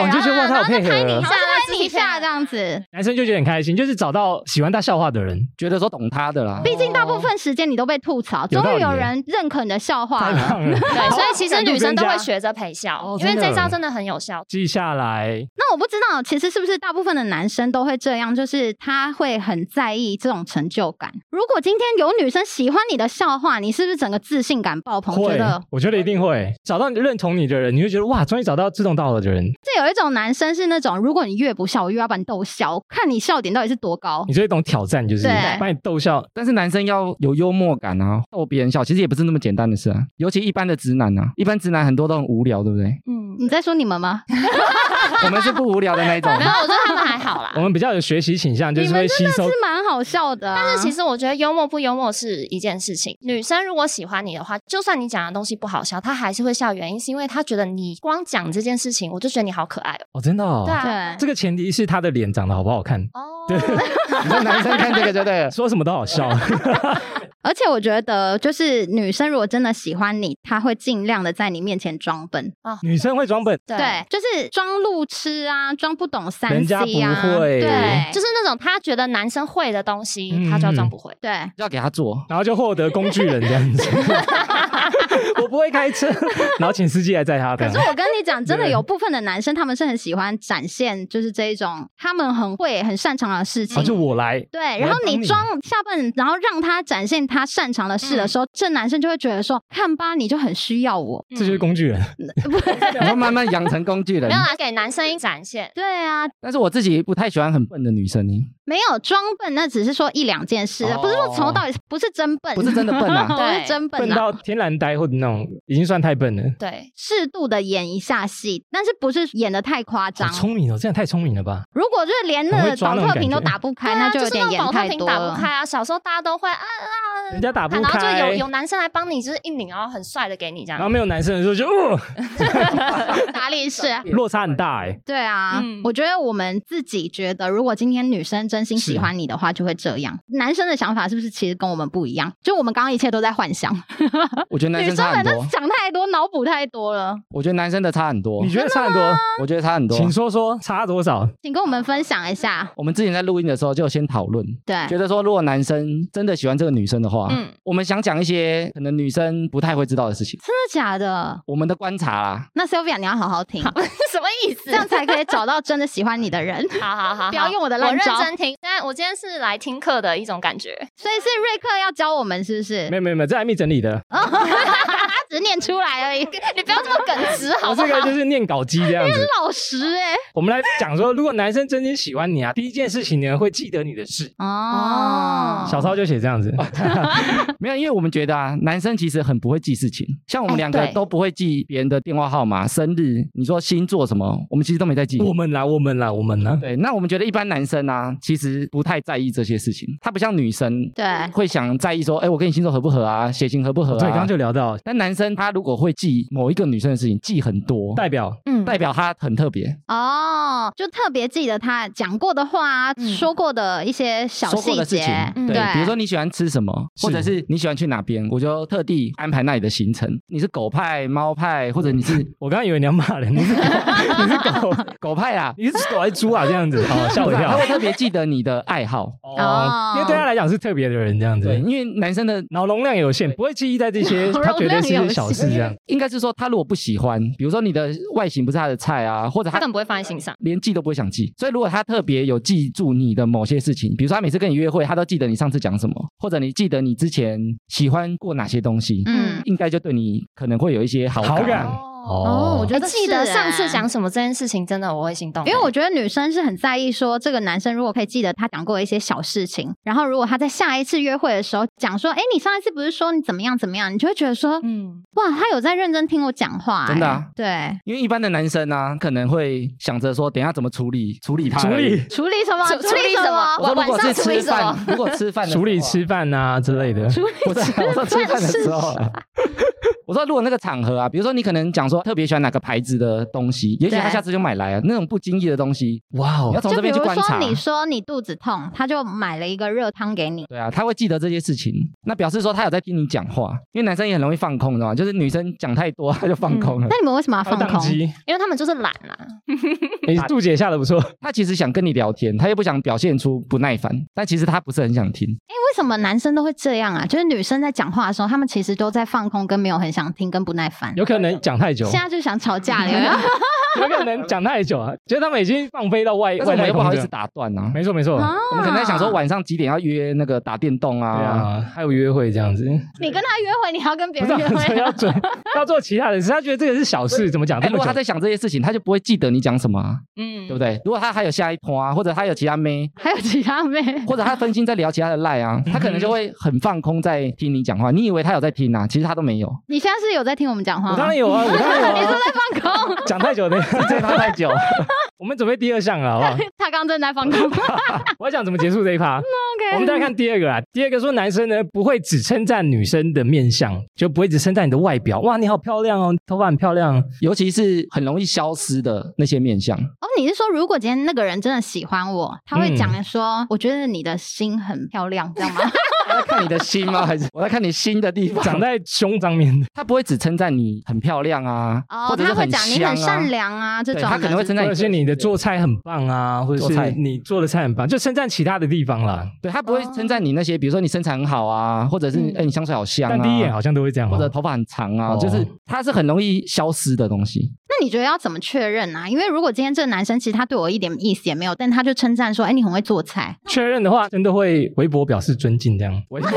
S4: 就
S7: 耶，
S4: 觉得哇
S7: 然后
S4: 他有配合
S7: 然后就拍你一下， [LAUGHS]
S6: 然后就
S7: 拍你一下这样子。
S4: 男生就觉得很开心，就是找到喜欢他笑话的人，
S5: 觉得说懂他的啦，
S7: 毕竟大部分时间你都被吐槽，
S4: 有
S7: 终
S4: 道
S7: 于
S4: 理
S7: 有
S4: 耶
S7: 人认可你的笑
S4: 太
S7: 话了。
S4: 棒了。
S6: 对，所以其实
S4: 感度
S6: 女生都
S4: 增
S6: 会
S4: 加
S6: 学着陪笑
S4: 哦，
S6: 因为
S4: 真的
S6: 这招真的很有效。
S4: 记下来，
S7: 那我不知道，其实是不是大部分的男生都会这样，就是他会很在意这种成就感。如果今天有女生喜欢你的笑话，你是不是整个自信感爆棚？觉
S4: 会
S7: 得，
S4: 我觉得一定会找到认同你的人，你会觉得哇，终于找到志同道合的人，
S7: 这有一种男生是那种，如果你越不笑，我越要把你逗笑，我看你笑点到底是多高。
S4: 你这种挑战就是
S7: 对
S4: 把你逗笑，
S5: 但是男生要有幽默感啊，逗别人笑，其实也不是那么简单的事啊。尤其一般的直男啊，一般直男很多都很无聊，对不对？
S6: 嗯，
S7: 你在说你们吗？
S5: 我们是不无聊的那一种
S6: 没。有，我觉得他们还好
S4: [LAUGHS]
S6: 啦
S4: 我。们比较有学习倾向，就是会吸收
S7: 是蛮好笑的啊、
S6: 但是其
S7: 实
S6: 实我觉得幽默不幽默是一件事情。女生如果喜欢你的话，就算你讲的东西不好笑，她还是会笑，原因是因为她觉得你光讲这件事情，我就觉得你好可爱哦。
S4: 哦，真的哦
S6: 对。啊，
S7: 对
S4: 这个前提是他的脸长得好不好看，
S6: 哦，
S4: [LAUGHS] 对
S5: 你说男生看这个就对
S6: [LAUGHS]
S5: 了，
S4: 说什么都好笑。
S7: 而且我觉得，就是女生如果真的喜欢你，她会尽量的在你面前装笨，
S4: 女生会装笨，
S6: 哦对
S7: 对，就是装路痴啊，装不懂三
S4: 人
S7: C
S4: 家
S7: 啊，
S4: 不会
S7: 对，
S6: 就是那种他觉得男生会的东西，
S4: 嗯
S6: 他就要装不会。
S7: 对。
S5: 要给
S4: [LAUGHS]
S5: 他做，
S4: 然后就获得工具人
S6: [LAUGHS]
S4: 这样子。我不会开车，然后请司机来载他的。
S7: 可是我跟你讲，真的有部分的男生，他们是很喜欢展现，就是这一种他们很会、很擅长的事情
S4: 啊，。就我来，
S6: 嗯
S7: 对，
S4: 我
S7: 然
S4: 来
S7: 后
S4: 帮
S7: 你
S4: 你
S7: 装下笨，然后让他展现他擅长的事
S6: 嗯
S7: 的时候，这男生就会觉得说：“看吧，你就很需要我。 [LAUGHS]
S4: 嗯这就是工具人。
S5: 然后慢慢养成工具人
S6: 嗯没有。啊啦，给男生一展现”。
S7: 对啊，
S5: 但是我自己不太喜欢很笨的女生，欸
S7: 没有装笨，那只是说一两件事，啊不是说从头
S4: 哦
S7: 到尾不是真笨，
S5: 不是真的笨啊
S7: 不是
S6: 对
S7: 真
S4: 笨
S7: 笨啊。
S4: 到天然呆或者那种，已经算太笨了。
S6: 对，
S7: 适度的演一下戏，但是不是演的太夸
S4: 好
S7: 张。
S4: 聪明哦，这样太聪明了吧？
S7: 如果就是连
S4: 很
S7: 那
S4: 会
S7: 个
S4: 抓
S7: 保
S4: 那种
S7: 特瓶
S4: 感
S7: 都
S4: 觉
S7: 打不
S6: 对啊，
S7: 开，哎那
S6: 就
S7: 有
S6: 是
S7: 点
S6: 那种
S7: 演
S6: 保特
S7: 太
S6: 瓶
S7: 多
S6: 打不
S7: 了。
S6: 开啊，小时候大家都会啊啊，
S4: 人家打不
S6: 然后就
S4: 开
S6: 有有男生来帮你，就是一拧，然后很帅的给你这
S4: 然后
S6: 样。
S4: 没有男生的时候就，哦，
S7: 哪里 [LAUGHS] 是？
S4: 落差很大哎。
S7: 对啊，
S6: 嗯
S7: 我觉得我们自己觉得，如果今天女生真心喜欢你的话，就会这样。男生的想法是不是其实跟我们不一样？就我们刚刚一切都在幻想，
S5: 我觉得 [LAUGHS] 男
S7: 女
S5: 生
S7: 生
S5: 差
S7: 们
S5: 很
S7: 都
S5: 多，
S7: 想太多，脑补太多了。
S5: 我觉得男生的差很多
S6: 啊
S4: 你，觉得差很多？
S5: 我觉得差很多。
S4: 请说说差多少？
S7: 请跟我们分享一下。
S5: 我们之前在录音的时候就先讨论，
S7: 对，
S5: 觉得说如果男生真的喜欢这个女生的话，
S6: 嗯
S5: 我们想讲一些可能女生不太会知道的事情，
S7: 真的假的？
S5: 我们的观察啦。
S7: 那 Sylvia，你要好好听，
S6: [LAUGHS] 什么意思
S7: 这？样才可以找到真的喜欢你的人。
S6: [LAUGHS] 好好好，
S7: 不要用我的
S6: 我
S7: 烂
S6: 认
S7: 招。
S6: 真听。但我今天是来听课的一种感觉，
S7: 所以是瑞克要教我们，是不是
S4: 没？有没有没有，这艾米整理的，
S7: 他只是念出来而已，
S6: 你不要这么耿
S7: [LAUGHS]
S6: 直好
S4: 我
S6: 不
S4: 这
S6: 好？
S4: 个就是念稿机这样子。
S7: 老实哎、
S4: 我们来讲说，如果男生真心喜欢你啊，第一件事情呢会记得你的事。
S7: 哦，
S4: 小超就写这样子，
S5: 没有，因为我们觉得啊，男生其实很不会记事情，像我们
S7: 哎
S5: 两个
S7: 对
S5: 都不会记别人的电话号码、生日，你说星座什么，我们其实都没在记。
S4: [LAUGHS] 我们啦，我们啦，我们
S7: 啊
S4: 啦。
S5: 对，那我们觉得一般男生啊，其实不太在意这些事情，他不像女生，
S7: 对
S5: 会想在意说，哎，我跟你星座合不合啊，血型合不合啊。
S4: 哦对，刚刚就聊到
S5: 但男生他如果会记某一个女生的事情，记很多，
S4: 代表，
S6: 嗯
S5: 代表他很特别，
S7: 哦，就特别记得他讲过的话啊、
S6: 嗯
S7: 说过的一些小
S5: 说过
S7: 细
S5: 的事
S7: 节
S5: 情，，
S6: 嗯
S5: 对，
S7: 对
S5: 比如说你喜欢吃什么，
S4: 是
S5: 或者是你喜欢去哪边，我就特地安排那里的行程。你是狗派、猫派，或者你
S4: [LAUGHS]
S5: 是
S4: 我刚刚以为你要骂人，你是狗，你是狗，？
S5: 狗派啊
S4: [LAUGHS] 你是狗还是猪啊？这样
S7: [LAUGHS]
S4: 子，哦，吓我一
S5: 他
S4: 跳
S5: 会。特别记得你的爱好，
S4: 哦，因为对他来讲是特别的人，这样
S5: 对，
S4: 子，
S5: 因为男生的
S4: 脑容量有限，不会记忆在这
S7: [LAUGHS]
S4: 些，
S7: 容
S4: 他觉得是
S7: 量有
S4: 些小事这样。
S5: 应该是说，他如果不喜欢，比如说你的外形不是他的菜啊，或者
S6: 他
S5: 他
S6: 根本不会放在心上。
S5: 连记都不会想记。所以如果他特别有记住你的某些事情，比如说他每次跟你约会，他都记得你上次讲什么，或者你记得你之前喜欢过哪些东西，
S7: 嗯，
S5: 应该就对你可能会有一些好感。
S4: 好感
S7: 哦我觉得
S6: 哎
S7: 是
S6: 记得
S7: 欸
S6: 上次讲什么这件事情，真的我会心动欸，
S7: 因为我觉得女生是很在意说，这个男生如果可以记得他讲过的一些小事情，然后如果他在下一次约会的时候讲说，哎，你上一次不是说你怎么样怎么样，你就会觉得说，
S6: 嗯，
S7: 哇，他有在认真听我讲话、
S5: 真的啊
S7: 哎对，
S5: 因为一般的男生啊，可能会想着说，等一下怎么处理处理他
S4: 处理
S7: 处理什么？
S6: 处处理什么
S5: 我说如果
S6: 晚
S5: 是
S6: 上处理
S5: 吃
S6: 什么
S5: 饭，如果吃饭的时候
S4: 处理吃饭啊之
S7: 哦
S4: 类的，
S5: 不是我说吃饭的时候啊。我说，如果那个场合啊，比如说你可能讲说特别喜欢哪个牌子的东西，也许他
S7: 对
S5: 下次就买来啊，那种不经意的东西，
S4: 哇
S5: 你
S4: 哦，
S5: 要从
S7: 就
S5: 这
S7: 比
S5: 边
S7: 如
S5: 去观
S7: 说
S5: 察。
S7: 你说你肚子痛，他就买了一个热汤给你。
S5: 对啊，他会记得这些事情，那表示说他有在听你讲话，因为男生也很容易放空，你知道吗？就是女生讲太多，他就放空了。
S6: 嗯
S7: 那你们为什么要
S4: 他
S7: 放
S4: 宕
S7: 空？
S4: 机。
S6: 因为他们就是懒啊啦。
S7: [LAUGHS]
S4: 你杜姐下的不错，
S5: 他其实想跟你聊天，他又不想表现出不耐烦，但其实他不是很想听。
S7: 哎、为什么男生都会这样啊？就是女生在讲话的时候，他们其实都在放空，跟没有很想听，跟不耐烦。
S4: 有可能讲太久，
S7: 现在就想吵架了，有没有
S4: [LAUGHS] 有可能讲太久啊，觉得他们已经放飞到外
S5: 但是
S4: 哎外
S5: 我们
S4: 太
S5: 又不好
S4: 空
S5: 意思
S4: 了。
S5: 打断啊。
S4: 没错没错，
S7: 啊
S5: [LAUGHS] 我们可能在想说晚上几点要约那个打电动
S4: 对
S5: 啊？
S4: 啊，还有约会这样子，
S7: [LAUGHS] 你跟他约会，你还要跟别
S4: 不是
S7: 人约
S4: 啊
S7: 会
S4: 所以要准要做其他的事，他觉得这个是小事，怎么讲这
S5: 哎如
S4: 么
S5: 果他
S4: 久？
S5: 在想这些事情，他就不会记得你讲什么、啊，
S6: 嗯
S5: 对不对？如果他还有下一波啊，或者他有其他妹，
S7: 还有其他妹，
S5: 或者他分心在聊其他的赖啊，他可能就会很放空在听你讲话。你以为他有在听啊，其实他都没有。
S7: 你现在是有在听我们讲话
S4: 我当
S7: 吗
S4: 然？有啊，我当然有啊，
S7: 在放空，
S4: 讲太久的，
S5: 这他太久，
S4: [LAUGHS] 我们准备第二项了，好不好？
S7: [LAUGHS] 他刚刚正在
S5: [LAUGHS]
S7: 放空。
S4: 我要讲怎么结束这一趴。我们再看第二个啊，第二个说男生呢不会只称赞女生的面相，就不会只称赞你的外表。哇，你好漂亮哦，头发很漂亮。
S5: 尤其是很容易消失的那些面相。
S7: 哦，你是说如果今天那个人真的喜欢我，他会
S4: 嗯
S7: 讲说，我觉得你的心很漂亮，这样吗？
S5: 在看你的心吗？还是我在看你心的地
S4: [LAUGHS]
S5: 方？
S4: 长在胸上面的，
S5: 他不会只称赞你很漂亮啊，
S7: 哦
S5: [LAUGHS] 或，者是
S7: 他会
S5: 很
S7: 讲你
S5: 香啊
S7: 很善良啊，这
S5: 对
S7: 种
S5: 他可能会称
S7: 的
S5: 赞
S4: 或
S5: 你
S4: 者是你的做菜很棒啊，或者
S5: 做
S4: 是
S5: 菜
S4: 你做的菜很棒，就称赞其他的地方啦。
S5: 对他不会称赞你那些，比如说你身材很好啊，或者是
S7: 嗯
S5: 哎、你香水好香啊，
S4: 但第一眼好像都会这样哦，
S5: 或者头发很长啊，
S4: 哦
S5: 就是它是很容易消失的东西。 [LAUGHS]
S7: 那你觉得要怎么确认啊？因为如果今天这个男生其实他对我一点意思也没有，但他就称赞说：“哎，你很会做菜。
S4: 确认的话，真的会微博表示尊敬这样。
S5: 微博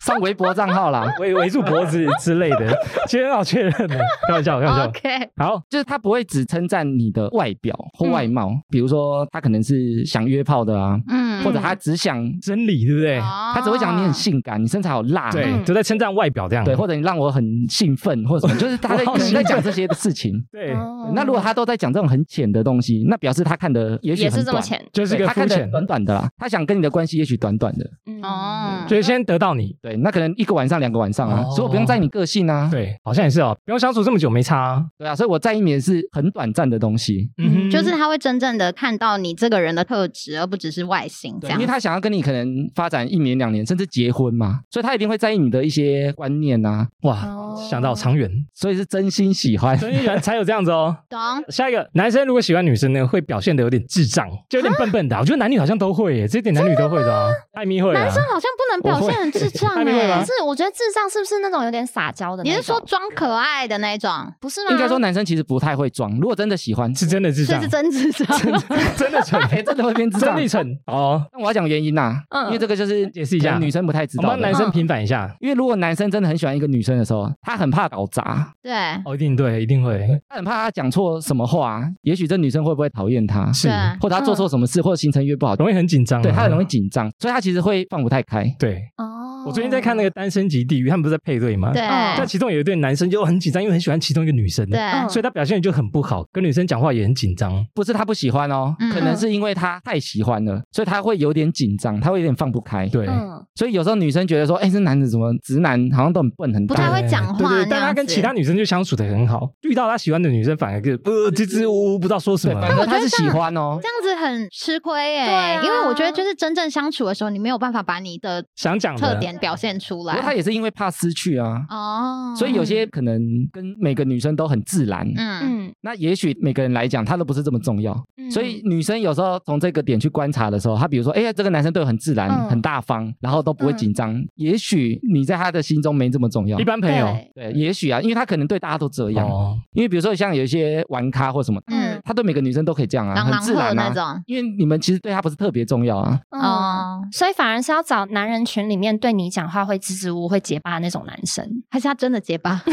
S5: 上微博账号啦， [LAUGHS]
S4: 围围住脖 [LAUGHS] 子之类的，其实很好确认的。开玩笑，
S6: 嗯
S4: 开玩笑。
S7: ”OK，
S4: 好，
S5: 就是他不会只称赞你的外表或
S2: 嗯
S5: 外貌，比如说他可能是想约炮的啊，
S7: 嗯
S5: 或者他只想，
S4: 真理对不对？
S5: 他
S7: 他
S5: 只会讲你
S2: 哦
S5: 很性感，你身材好辣，啊
S4: 对，嗯
S2: 嗯
S4: 都在称赞外表这样。
S5: 对，或者你让我很兴奋或
S4: [LAUGHS]
S5: 者什么，就是他在
S4: 我好
S5: 可能在
S4: 兴奋
S5: 讲这些的事
S2: [LAUGHS]
S5: 情。
S4: 对，
S2: 哦
S6: 哦
S5: 对那如果他都在讲这种很浅的东西，那表示他看的也许
S2: 也是
S5: 很
S2: 这么
S5: 短，
S2: 浅，
S4: 就是
S5: 对
S4: 个
S5: 他
S4: 肤
S5: 看的
S4: 浅，
S5: 短短的啦，他想跟你的关系也许短短的，
S2: 嗯
S7: 哦，
S4: 就是先得到你。
S5: 对，那可能一个晚上两个晚上啊，
S4: 哦
S5: 所以我不用在意你个性啊，
S4: 对，好像也是哦，不用相处这么久没差啊。
S5: 对啊，所以我在意你的是很短暂的东西，
S4: 嗯哼
S7: 就是他会真正的看到你这个人的特质，而不只是外形这
S5: 对，
S7: 样
S5: 因为。他想要跟你可能发展一年两年，甚至结婚嘛，所以他一定会在意你的一些观念啊，
S4: 哇，
S7: 哦
S4: 想到长远，
S5: 所以是真心喜欢。
S4: 所以 [LAUGHS] 才有这样子哦。
S7: 懂，
S4: 下一个，男生如果喜欢女生呢，会表现的有点智障，就有点笨笨的啊。我觉得男女好像都会耶，这点男女都会的啊。艾米会啊
S7: 男生，好像不能表现很智
S6: [LAUGHS]
S7: 障
S4: 我会他们会
S7: 哎
S4: 吗
S6: 可，是我觉得智障是不是那种有点撒娇的那
S7: 你
S6: 种？
S7: 是说装可爱的那种？
S6: 不是吗？
S5: 应该说男生其实不太会装，如果真的喜欢，
S4: 是啊真的智
S7: 这
S4: 障
S7: 是，真智障，
S4: [LAUGHS] 真的蠢，
S5: 哎，真的会变智
S4: 真
S5: 障
S4: 的。蠢哦。
S5: 那我要讲原因呐，
S2: 嗯
S5: 因为这个就是
S4: 解释一下
S5: 可能女生不太知
S4: 我
S5: 道
S4: 帮男
S5: 的。
S4: 生平反一下。
S5: 因为如果男生真的很喜欢一个女生的时候，他很怕搞砸，
S7: [LAUGHS] 对
S4: 哦，一定对，一定会。
S5: 他很怕他讲错什么话，也许这女生会不会讨厌他，
S4: 是嗯
S7: 对
S5: 或者他做错什么事，或者行程约不好，
S4: 容易很紧张啊，
S5: 啊对他很容易紧张，所以他其实会放不太开。
S4: 对。
S6: 哦
S4: 我最近在看那个《单身级地狱》，他们不是在配对吗？。那
S7: 对
S4: 其中有一对男生就很紧张，因为很喜欢其中一个女生，
S7: 对
S6: 嗯
S4: 所以他表现就很不好，跟女生讲话也很紧张。
S5: 不是他不喜欢哦，
S7: 嗯
S5: 可能是因为他太喜欢了，所以他会有点紧张，他会有点放不开。，
S4: 对，
S6: 嗯，
S5: 所以有时候女生觉得说，哎，这男的怎么直男好像都很笨很
S7: 不太
S5: 大，
S7: 会讲话
S4: 对对对
S7: 那
S4: 但
S7: 样
S4: 他跟
S7: 子
S4: 其他女生就相处的很好，遇到他喜欢的女生反而就呃支支吾吾不知道说什
S5: 对，
S4: 么
S5: 反。正他是喜欢哦。
S7: 这样子很吃亏哎、
S6: 对啊
S7: 因为我觉得就是真正相处的时候，你没有办法把你的
S4: 想讲的
S7: 特点表现出
S5: 不过他
S7: 来。
S5: 也是因为怕失去啊，
S7: 哦，
S5: 所以有些可能跟每个女生都很自然。
S7: 嗯
S6: 嗯
S5: 那也许每个人来讲，他都不是这么重要，
S6: 嗯
S5: 所以女生有时候从这个点去观察的时候，她比如说，哎呀，这个男生对我很自然、
S6: 嗯
S5: 很大方，然后都不会紧张，
S7: 嗯
S5: 也许你在他的心中没这么重要
S4: 一。般朋友
S6: 对
S5: 对，也许啊，因为他可能对大家都这样，
S4: 哦，
S5: 因为比如说像有一些玩咖或什么，
S7: 嗯，
S5: 他对每个女生都可以这样啊，
S7: 朗
S5: 很
S7: 朗
S5: 自
S7: 后
S5: 然
S7: 那
S5: 啊。
S7: 种
S5: 因为你们其实对他不是特别重要啊，
S6: 哦。
S7: 哦，
S6: 所以反而是要找男人群里面对你讲话会支支吾吾、会结巴的那种男生。
S7: 还是他真的结巴？
S5: [LAUGHS]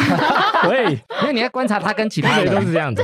S4: 对，
S5: 因为你在观察他跟其他
S4: 对，都
S5: 人，啊
S4: 是这样子。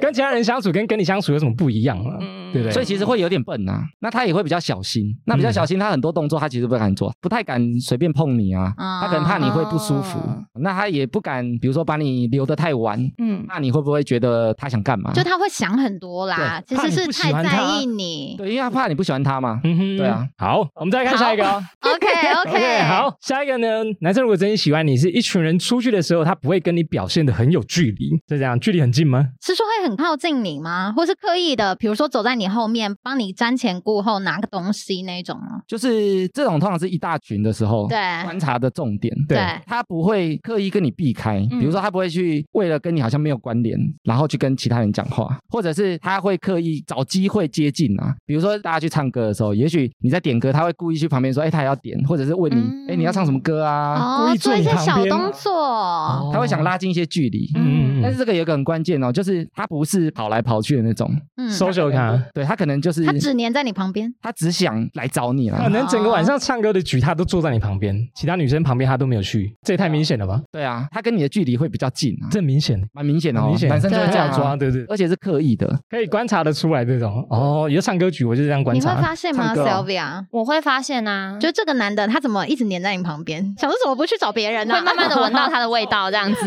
S4: 跟其他人相处跟跟你相处有什么不一样啊？
S2: 嗯
S4: 对不对？
S5: 所以其实会有点笨啊。那他也会比较小心，那比较小心，他很多动作他其实不敢做，不太敢随便碰你啊，
S7: 嗯
S5: 他可能怕你会不舒服
S6: 哦，
S5: 那他也不敢，比如说把你留得太晚，
S6: 嗯，
S5: 那你会不会觉得他想干嘛？
S7: 就他会想很多啦，其
S4: 对怕
S7: 实
S4: 你
S7: 是
S4: 不喜
S7: 太
S4: 欢
S7: 在
S4: 他 [LAUGHS]
S7: 意你。
S5: 对，因为他怕你不喜欢他嘛。
S4: 嗯哼
S5: 对啊。
S4: 好，我们再看下一个哦。
S7: OK OK，
S4: 好，下一个呢？男生如果真心喜欢你，是一群人出去的时候，他不会跟你表现的很有距离，是这样？距离很近吗？
S7: 是说会很靠近你吗？或是刻意的，比如说走在你后面，帮你瞻前顾后拿个东西那种吗？
S5: 就是这种通常是一大群的时候，
S7: 对
S5: 观察的重点，
S4: 对
S7: 对
S5: 他不会刻意跟你避开，比如说他不会去为了跟你好像没有关联，然后去跟其他人讲话，或者是他会刻意找机会接近啊。比如说大家去唱歌的时候，也许你在点歌，他会故意去旁边说，哎，他也要点，或者是问你，
S6: 嗯
S5: 哎、你要唱什么歌啊？
S4: 故
S7: 哦
S4: 意，坐
S7: 做一
S4: 你
S7: 些
S4: 旁
S7: 小
S4: 边啊
S7: 动作，
S5: 他会想拉近一些距离。
S4: 哦嗯，嗯
S5: 但
S4: 嗯
S5: 是这个有一个很关键哦，就是他不是跑来跑去的那种，
S7: 嗯，
S4: ，social 看，
S5: 对他可能就是
S7: 他只粘在你旁边。
S5: 他只想来找你
S4: 可
S5: 了。
S4: 能整个晚上唱歌的局，他都坐在你旁边，其他女生旁边他都没有去，这也太明显了吧？
S5: 对啊，他跟你的距离会比较近啊，
S4: 这很明显，
S5: 蛮明显的
S4: 很
S5: 哦，
S4: 明显，
S5: 男生就会这样
S7: 对啊
S5: 抓
S4: 抓，
S5: 的，
S4: 对不对？
S5: 而且是刻意的。
S4: 可以观察得出来这种。哦，有唱歌局我就这样观
S7: 你会
S4: 察。
S7: 发现吗
S5: 唱歌哦
S7: ，Sylvia？
S6: 我会发现啊，
S7: 就这个男的，他怎么一直黏在你旁边？想说怎么不去找别人呢、
S6: 会慢慢的闻到他的味道，这样子。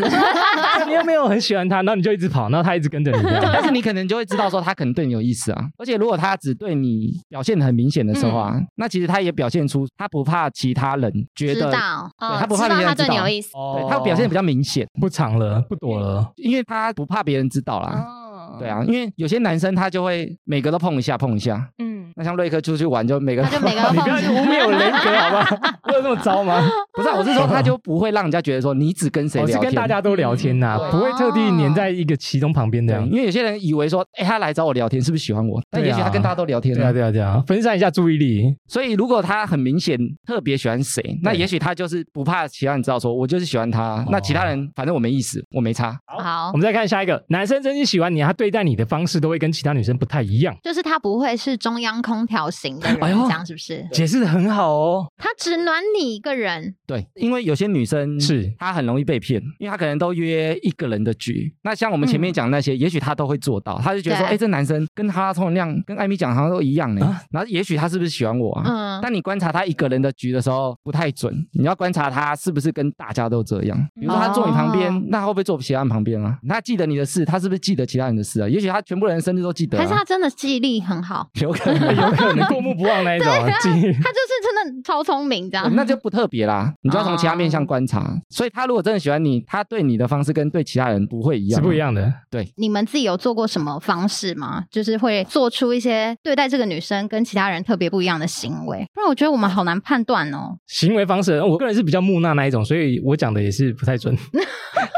S4: 你又没有很喜欢他，然后你就一直跑，然后他一直跟着你这样。
S7: [LAUGHS]
S5: 但是你可能就会知道说他可能对你有意思啊，而且如果他只对你表现得很明显的时候啊，
S6: 嗯
S5: 那其实他也表现出他不怕其他人觉
S7: 知
S5: 得，
S7: 道
S5: 对
S6: 哦
S5: 他不怕
S6: 知道
S5: 别人
S6: 他
S5: 知
S6: 对你有
S5: 道，
S6: 意思。
S4: 哦
S5: 对他表现得比较明显，
S4: 不藏了，不躲了。
S5: 因为他不怕别人知道啦。啊
S6: 哦
S5: 对，啊，因为有些男生他就会每个都碰一下碰一下，
S6: 嗯，
S5: 那像瑞克出去玩，就每个
S7: 他就每个
S4: [LAUGHS]
S7: 人
S4: 你不
S7: 放
S4: 要
S7: 弃
S4: 污蔑我人格好 [LAUGHS] 吗？我有那么糟吗？
S5: [LAUGHS] 不是啊、我是说他就不会让人家觉得说你只跟谁
S4: 我
S5: 聊
S4: 是
S5: 天，
S4: 跟大家都聊天呐、
S5: 对
S7: 嗯
S4: 不会特地粘在一个其中旁边的
S5: 对
S4: 样，
S5: 因为有些人以为说，哎、他来找我聊天是不是喜欢我？但也许他跟大家都聊天
S4: 对啊，对啊，对啊，分散一下注意力。
S5: 所以如果他很明显特别喜欢谁，那也许他就是不怕其他人知道说，我就是喜欢
S4: 哦
S5: 他。那其他人反正我没意思，我没差。
S7: 好
S4: 我，们再看下一个，男生真心喜欢你，他对待你的方式都会跟其他女生不太一样。
S7: 就是他不会是中央空调型的人，
S4: 哎呦
S7: 这样是不是？
S4: 解释的很好哦，
S7: 他只暖你一个人，
S5: 对，因为有些女生
S4: 是
S5: 她很容易被骗，因为她可能都约一个人的局。那像我们
S4: 嗯
S5: 前面讲那些，也许她都会做到，她就觉得说，
S7: 对
S5: 哎、这男生跟他充能量跟艾米讲好像都一样呢、
S4: 啊
S5: 然后也许他是不是喜欢我啊？
S7: 嗯，
S5: 但你观察他一个人的局的时候不太准，你要观察他是不是跟大家都这样。比如说他坐你旁边，
S7: 嗯哦
S5: 那他会不会坐其他人旁边啊？他记得你的事，他是不是记得其他人的事啊？也许他全部人的生日都记得、
S7: 还是他
S5: 啊，
S7: 真的记忆力很好，
S5: [LAUGHS] 有可能，有
S7: [LAUGHS]
S5: 可
S4: 可能过目不忘那一种啊，记忆
S7: 他就是真的超聪明这样
S4: 哦
S5: 能，。那就不特别啦。你就要从其他面向观察。
S7: 哦
S5: 所以他如果真的喜欢你，他对你的方式跟对其他人不会一样，
S4: 是不一。样啊的。
S7: 你们自己有做过什么方式吗？就是会做出一些对待这个女生跟其他人特别不一样的行为，不然我觉得我们好难判断哦。
S4: 行为方式，我个人是比较木讷那一种，所以我讲的也是不太
S7: [LAUGHS]
S4: 准。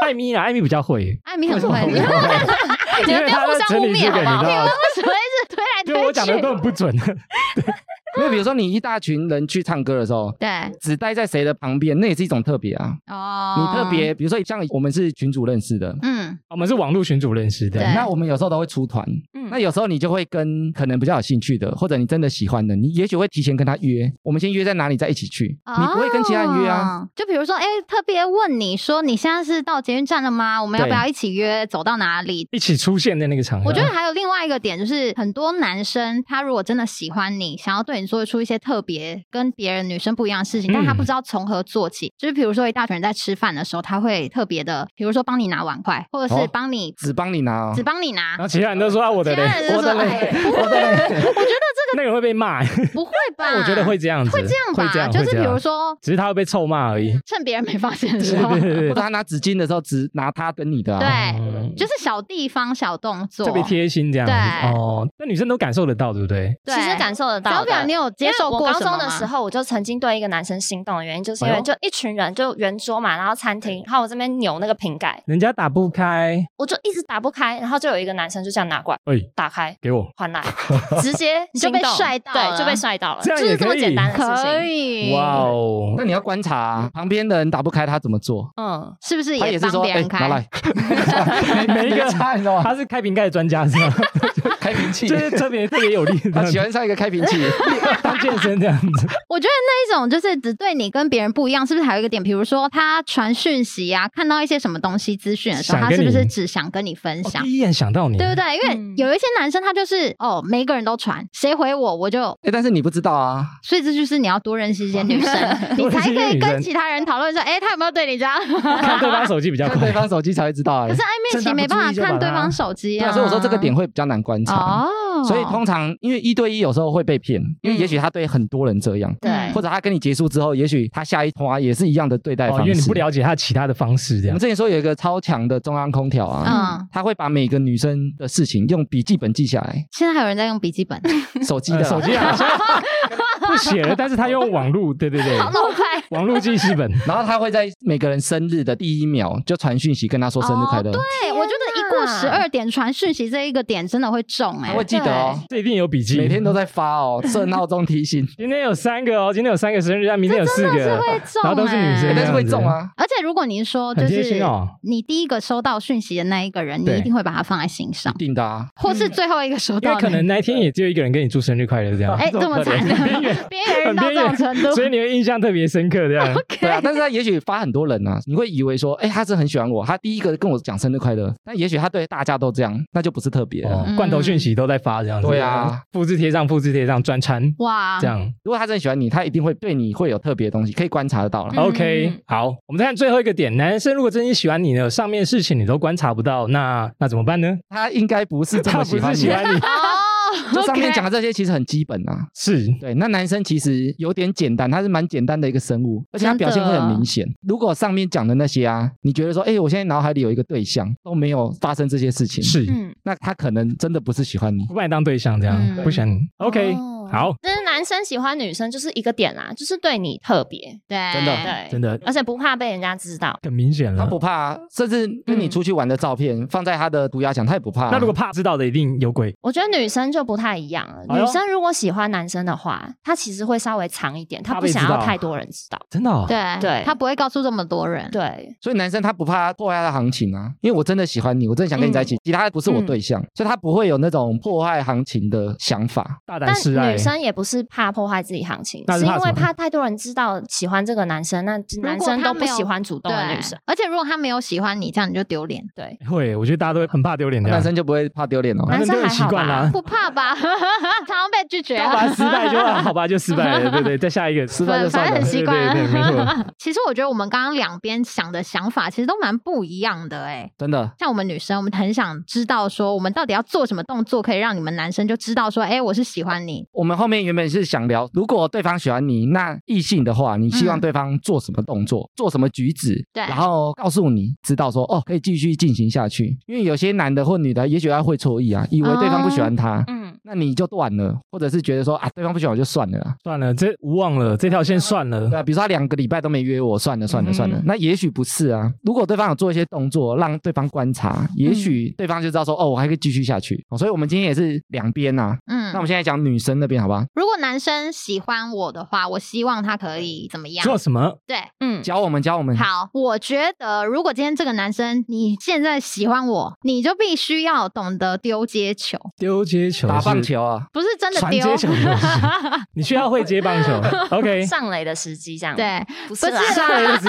S4: 艾米啊，艾米比较会，
S7: 艾米很会，
S4: 为
S7: 你
S4: 什
S7: 们
S4: 么
S7: [LAUGHS]
S4: 我会因为他在整理这个，你知道吗？
S7: 为什么一直推来
S4: 对我
S7: 推
S4: 讲的
S7: 去？
S4: 根本不
S7: [LAUGHS]
S4: 准。
S5: 因为比如说你一大群人去唱歌的时候，
S7: 对，
S5: 只待在谁的旁边，那也是一种特别啊。
S7: 哦，
S5: 你特，别，比如说像我们是群主认识的，
S7: 嗯，
S4: 我们是网络群主认识的
S7: 对，
S5: 那我们有时候都会出团，
S2: 嗯
S5: 那有时候你就会跟可能比较有兴趣的，或者你真的喜欢的，你也许会提前跟他约，我们先约在哪里再一起去，你不会跟其他人约啊。
S7: 哦。就比如说，哎，特别问你说你现在是到捷运站了吗？我们要不
S5: 对
S7: 要一起约走到哪里？
S4: 一起出现在那个场合。
S7: 我觉得还有另外一个点，就是很多男生他如果真的喜欢你，想要对你做出一些特别跟别人女生不一样的事情，但他
S4: 嗯
S7: 不知道从何做起。就是比如说一大群人在吃饭的时候，他会特别的，比如说帮你拿碗筷，或者是
S5: 哦
S7: 帮你、
S5: 只帮你拿、哦
S7: 只，帮你拿
S4: 然。后其他人都说啊，我的
S7: 其他人
S4: 嘞，
S7: 就
S4: 我
S7: 说
S4: 的：“
S7: 哎
S4: 嘞，， [LAUGHS] 那个人会被骂。
S7: 不
S4: [LAUGHS]
S7: 会吧？
S4: 但我觉得会这样子，
S7: 会这样吧？
S4: 会这样，
S7: 就
S4: 会
S7: 是
S4: 这
S7: 比
S4: 样
S7: 如说，
S4: 只是他会被臭骂而已。
S7: 趁别人没发现的时
S4: 对
S7: 候，
S4: 对对
S5: 或
S4: 对
S5: 者他拿纸巾的时候只拿他跟你的、啊。
S7: 对
S4: 嗯
S7: 就是小地方、小动作，
S4: 特别贴心这样子
S7: 对
S4: 哦，那女生都感受得到，对不对？
S7: 对。
S6: 其实感受得到
S7: 小表，
S6: 的
S7: 你。有接受
S6: 因为
S7: 过
S6: 我高
S7: 什么
S6: 中的时
S7: 吗，
S6: 候，我就曾经对一个男生心动的原因，就是因
S4: 哎
S6: 为
S4: 呦
S6: 就一群人就圆桌嘛，然后餐厅，然后我这边扭那个瓶盖，
S4: 人家打不开，
S6: 我就一直打不开，然后就有一个男生就这样拿过来
S4: 哎，
S6: 打开
S4: 给我，
S6: 还来，直接
S7: 你就
S6: 心动
S7: 被帅到了
S6: 对，就被帅到了，
S4: 这
S6: 就
S4: 样也
S6: 是这么
S4: 可以
S6: 简单的事
S7: 可
S6: 情。
S7: 以
S4: 哇哦
S5: [LAUGHS] 那，你要观察啊、旁边的人打不开，他怎么做？
S6: 嗯，
S7: 是不是
S5: 他也是
S7: 帮
S5: 说，
S7: 别
S5: 哎、拿
S7: 人开？
S5: 来，
S4: [LAUGHS] 每一个
S5: 差，你知道吗？
S4: 他是开瓶盖的专家是吗？
S5: 开瓶器
S4: 就，是特别特别有力，
S5: 他喜欢上一个开瓶
S7: [LAUGHS]
S5: 器。
S4: 当健身这样 [LAUGHS] 子，
S7: 我觉得那一种就是只对你跟别人不一样，是不是还有一个点？比如说他传讯息啊，看到一些什么东西资讯的时候，
S4: 想
S7: 他
S4: 跟
S7: 是不是
S4: 你
S7: 只想跟你分
S4: 哦
S7: 享？
S4: 第一眼想到你，
S7: 对不对？因为
S6: 嗯
S7: 有一些男生他就是哦，每一个人都传，谁回我我就，哦
S5: 哎、但是你不知道啊，
S7: 所以这就是你要多认识一些女
S5: [LAUGHS]
S7: 生，你
S4: 多认
S7: 才
S4: 识一些
S7: 可以
S4: 女
S7: 跟
S4: 生
S7: 其他人讨论说，哎，他有没有对你这样？ [LAUGHS]
S4: 看对方手机比较
S5: 看对
S4: 快。
S5: 方手机才会知道、哎
S7: 可是暧昧期没办法
S4: 趁他不注
S7: 看
S4: 意就把他
S7: 对方手机
S5: 对
S7: 啊，
S5: 啊，所以我说这个点会比较难观察。
S7: 哦，
S5: 所以通常因为一对一有时候会被骗，因为也许他对很多人这样，
S6: 对
S7: 嗯
S5: 或者他跟你结束之后，也许他下一通啊也是一样的对待方
S4: 哦，
S5: 式。
S4: 因为你不。了解他其他的方式，这
S5: 我
S4: 样
S5: 们之前说有一个超强的中央空调啊，
S7: 嗯，，
S5: 他会把每个女生的事情用笔记本记下来
S7: 现在还有人在用笔
S5: [LAUGHS]
S7: 记本，
S5: 手机
S4: [LAUGHS] 呃
S5: 的
S4: 手机，啊，现在不写了，但是他用网络，对
S7: [LAUGHS]
S4: 对对，
S7: 老派。
S4: 网络记事本，
S5: [LAUGHS] 然后他会在每个人生日的第一秒就传讯息跟他说生日快乐，
S7: 哦对，我觉得一过
S6: 天哪
S7: 十二点传讯息这一个点真的会中哎、
S5: 他会记得哦，
S4: 这一定有笔记。
S5: 每天都在发哦，设闹钟
S4: [LAUGHS]
S5: 提醒，
S4: 今天有三个哦，今天有三个生日，但明天有四个，
S7: 会中、欸，
S4: 然后都是女生
S5: 哎但是会中啊。
S7: 而且如果你说就
S4: 很贴
S7: 是
S4: 心哦
S7: 你第一个收到讯息的那一个人，你
S4: 对
S7: 一定会把它放在心上
S5: 一，定的啊，
S7: 或是最后一个收
S4: 因为
S7: 到
S4: 可
S7: 的
S4: [LAUGHS] 能。那一天也只有一个人跟你祝生日快乐这样。
S7: 哎，这么惨，
S4: [LAUGHS] 边缘
S7: [LAUGHS] 边缘人到这种程度， [LAUGHS]
S4: 所以嗯你会印象特别深刻这
S7: 哦
S4: 样。
S5: 对啊，但是他也许发很多人啊，你会以为说，哎，他是很喜欢我，他第一个跟我讲生日快乐，但也许他对大家都这样，那就不是特别了。
S4: 哦，罐头讯息都在发这样子。
S5: 对啊，
S4: 复制贴上，复制贴上，专餐
S7: 哇
S4: 这，样。
S5: 如果他真的喜欢你，他一定会对你会有特别的东西，可以观察
S4: 嗯
S5: 得到啦。
S4: OK，好，我们再看最后一个点，男生如果真心喜欢你呢，上面事情你都观察不到，那那怎么办呢？
S5: 他应该不是这
S4: 他
S5: 么
S4: 不
S5: 喜欢
S4: 是
S5: 你
S4: 喜。欢你，
S7: 哦，
S4: [LAUGHS]
S5: 就上面讲的这些其实很基本啊。
S4: 是
S5: 对，那男生其实有点简单，他是蛮简单的一个生物，而且他表现会很明显。如果上面讲的那些啊，你觉得说，哎，我现在脑海里有一个对象，都没有发生这些事情，
S4: 是，
S6: 嗯，
S5: 那他可能真的不把你当对象
S4: 不把你当对象这样，
S7: 嗯
S4: 不喜欢你。OK，好，
S6: 但是男生喜欢女生就是一个点啦，就是对你特别，
S1: 对，
S5: 真的
S6: 对，
S4: 真的
S6: 而且不怕被人家知道。
S4: 很明显
S5: 他
S4: 了。
S5: 不怕、啊，甚至跟你出去玩的照片放在他的涂鸦墙，他也不怕啊、
S4: 那如果怕知道的一定有鬼，
S6: 我觉得女生就不太一样了。
S4: 哎呦
S6: 女生如果喜欢男生的话，她其实会稍微藏一点，她
S4: 怕
S6: 不
S4: 被
S6: 想
S4: 知
S6: 要
S4: 道
S6: 太多人知道。
S4: 真的哦、
S7: 对
S6: 对
S7: 他不会告诉这么多人。
S6: 对，
S5: 所以男生他不怕破坏他的行情啊，因为我真的喜欢你，我真的想跟你
S7: 嗯
S5: 在一起，其他不是我对象，所以他不会有那种破坏行情的想法。
S4: 大胆
S6: 但
S4: 示爱
S6: 女。生也不是怕破坏自己行情，
S4: 那是
S6: 是
S4: 怕
S6: 因
S4: 什
S6: 为
S4: 么
S6: 怕太多人知道喜欢这个男生，那男生都
S7: 他没
S6: 不
S7: 有
S6: 喜欢主动的
S7: 对
S6: 女生。，
S7: 而且如果他没有喜欢你，这样你就丢脸，
S6: 对，
S4: 会，我觉得大家都很怕丢脸的啊。
S5: 男生就不会怕丢脸哦。
S7: 啊
S4: 男生都
S6: 男生还
S4: 很习惯啦，
S7: 不怕吧？ [LAUGHS] 常常被拒绝 [LAUGHS]
S4: 要不然
S7: 啊。
S4: 失败就 [LAUGHS] 好吧，就失败了，对对，再下一 [LAUGHS] 个失
S5: 败就算
S7: 反正
S5: 了
S7: 很习惯
S4: 对对对没错。
S7: 其实我觉得我们刚刚两边想的想法其实都蛮不一样的哎、
S5: 真的，
S7: 像我们女生，我们很想知道说，我们到底要做什么动作可以让你们男生就知道说，哎、我是喜欢你。
S5: 我们后面原本是想聊，如果对方喜欢你，那异性的话，你希望
S7: 嗯
S5: 对方做什么动作，做什么举止，
S7: 对
S5: 然后告诉你，知道说哦，可以继续进行下去。因为有些男的或女的，也许他会错意啊，以为对方不喜
S7: 哦
S5: 欢他，
S6: 嗯，
S5: 那你就断了，或者是觉得说啊，对方不喜欢我就算了啦。
S4: [LAUGHS] 算了，这忘了这条线算
S5: 对
S4: 了，
S5: 啊，比如说他两个礼拜都没约我，算了算了算了。
S4: 嗯
S5: 那也许不是啊，如果对方有做一些动作，让对方观察，也许对方就知道说，哦，我还可以继续下去。哦所以我们今天也是两边啊。
S7: 嗯
S5: 那我，们现在讲女生那边好吧？
S7: 如果男生喜欢我的话，我希望他可以怎么样？
S4: 做什么？
S7: 对，
S6: 嗯，
S5: 教我们教我们。
S7: 好，我觉得如果今天这个男生你现在喜欢我，你就必须要懂得丢接球，
S4: 丢接球，
S5: 打棒，球啊，
S7: 不是真的
S4: 传
S7: 丢
S4: 接。球，你需要会接棒球。OK，
S6: 上雷的时机这样，，
S7: 对，
S6: 不
S7: 不
S6: 是
S7: 是
S6: 啦，
S4: [LAUGHS] 下来的时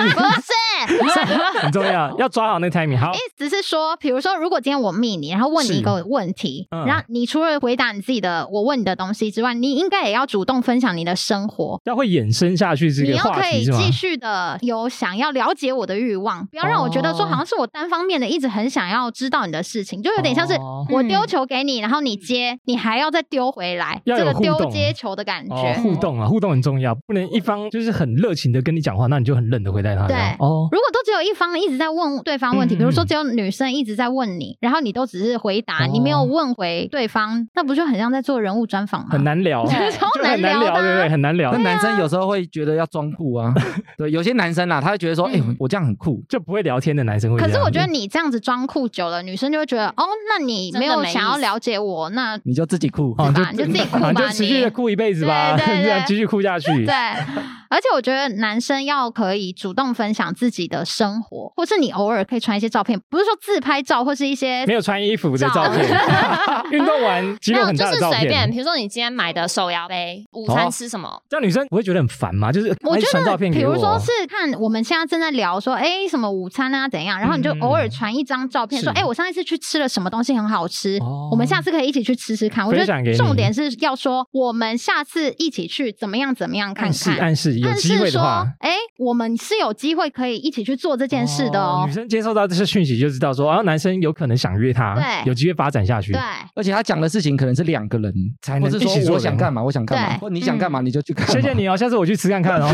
S7: 不是，
S4: 很重要，要抓好那个 timing。好
S7: 意，思是说，比如说，如果今天我密你，然后问你
S4: 是
S7: 一个问题，
S4: 嗯
S7: 然后你除了回答你自己的我问你的东西之外，你应该也要主动分享你的生活。
S4: 要会衍生下去这
S7: 你
S4: 个
S7: 又
S4: 话
S7: 可
S4: 题
S7: 以
S4: 是吗？
S7: 继续的有想要了解我的欲望，不要让我觉得说
S5: 哦
S7: 好像是我单方面的一直很想要知道你的事情，就有点像是
S4: 哦
S7: 我
S6: 嗯
S7: 丢球给你，然后你接，你还要再丢回来，
S4: 要
S7: 这
S4: 有
S7: 个
S4: 互
S7: 丢
S4: 动
S7: 接球的感
S4: 哦，
S7: 觉。
S4: 互动啊，互动很重要，不能一方就是很热情的跟你讲话，那你就很冷的回答他。
S7: 对
S4: 哦，
S7: 如果都只有一方一直在问对方问题，
S4: 嗯嗯
S7: 比如说只有女生一直在问你，然后你都只是回答，
S4: 哦
S7: 你没有问回对方，那不就很像在做人物专访吗？
S4: 很难聊，
S7: 对
S4: 就
S7: 超
S4: 很
S7: 难
S4: 难
S7: 聊的
S4: 聊，对不对？很难聊
S5: 那，男生有时候会觉得要装酷啊。对，有些男生啊，他会觉得说，哎、我这样很酷。
S4: 就不会聊天的男生会这
S7: 可
S4: 样子。
S7: 是我觉得你这样子装酷久了，女生就会觉得哦，那你没
S6: 真
S7: 有
S6: 的没意思
S7: 想要了解我，那
S5: 你就自己酷，
S4: 哦，
S7: 吧你就自己酷吧
S4: 啊 [LAUGHS] 就持续
S7: 你
S4: 的酷一辈子吧， [LAUGHS]
S7: 对对对
S4: 这样继续酷下去。
S7: 对， [LAUGHS] 而且我觉得男生要可以主动分享自己的生活，或是你偶尔可以传一些照片，不是说自拍照或是一些
S4: 没有穿衣服的照片， [LAUGHS] 运动完肌
S6: 没
S4: 肉
S6: 有
S4: 很
S6: 就
S4: 大
S6: 是
S4: 的照
S6: 随便，
S4: 片，
S6: 比如说你今天买的手摇杯，午
S5: 哦
S6: 餐吃什么？
S4: 这样女生不会觉得很烦吗？就是
S7: 我
S4: 哎
S7: 觉
S4: 传照
S7: 得，
S4: 片
S7: 比
S4: 给
S7: 如说
S4: 我
S7: 是看我们现在正在聊说，哎，什么午餐啊怎样，然后你就
S4: 嗯
S7: 偶尔传一张照片
S4: 是
S7: 说，哎，我上一次去吃了什么东西很好吃
S4: 哦，
S7: 我们下次可以一起去吃吃看。我觉
S4: 分享给
S7: 得
S4: 你
S7: 重点是要说我们下次一起去怎么样怎么样看
S4: 暗示
S7: 看，
S4: 暗示有
S7: 暗
S4: 机
S7: 示
S4: 会的
S7: 说
S4: 话。，
S7: 哎，我们是有机会可以一起去做这件事的
S4: 哦
S7: 哦
S4: 女。生接受到这些讯息就知道说，啊，男生有可能想约她，
S7: 对
S4: 有机会发展下去
S7: 对。
S5: 而且他讲的事情可能是两个人
S4: 才能
S5: 或是
S4: 一起
S5: 说
S4: 做
S5: 我
S4: 的
S5: 想干嘛，我想干嘛，
S7: 对
S5: 或你想干嘛你就去干嘛。
S4: 谢谢你哦，下次我去吃看看哦，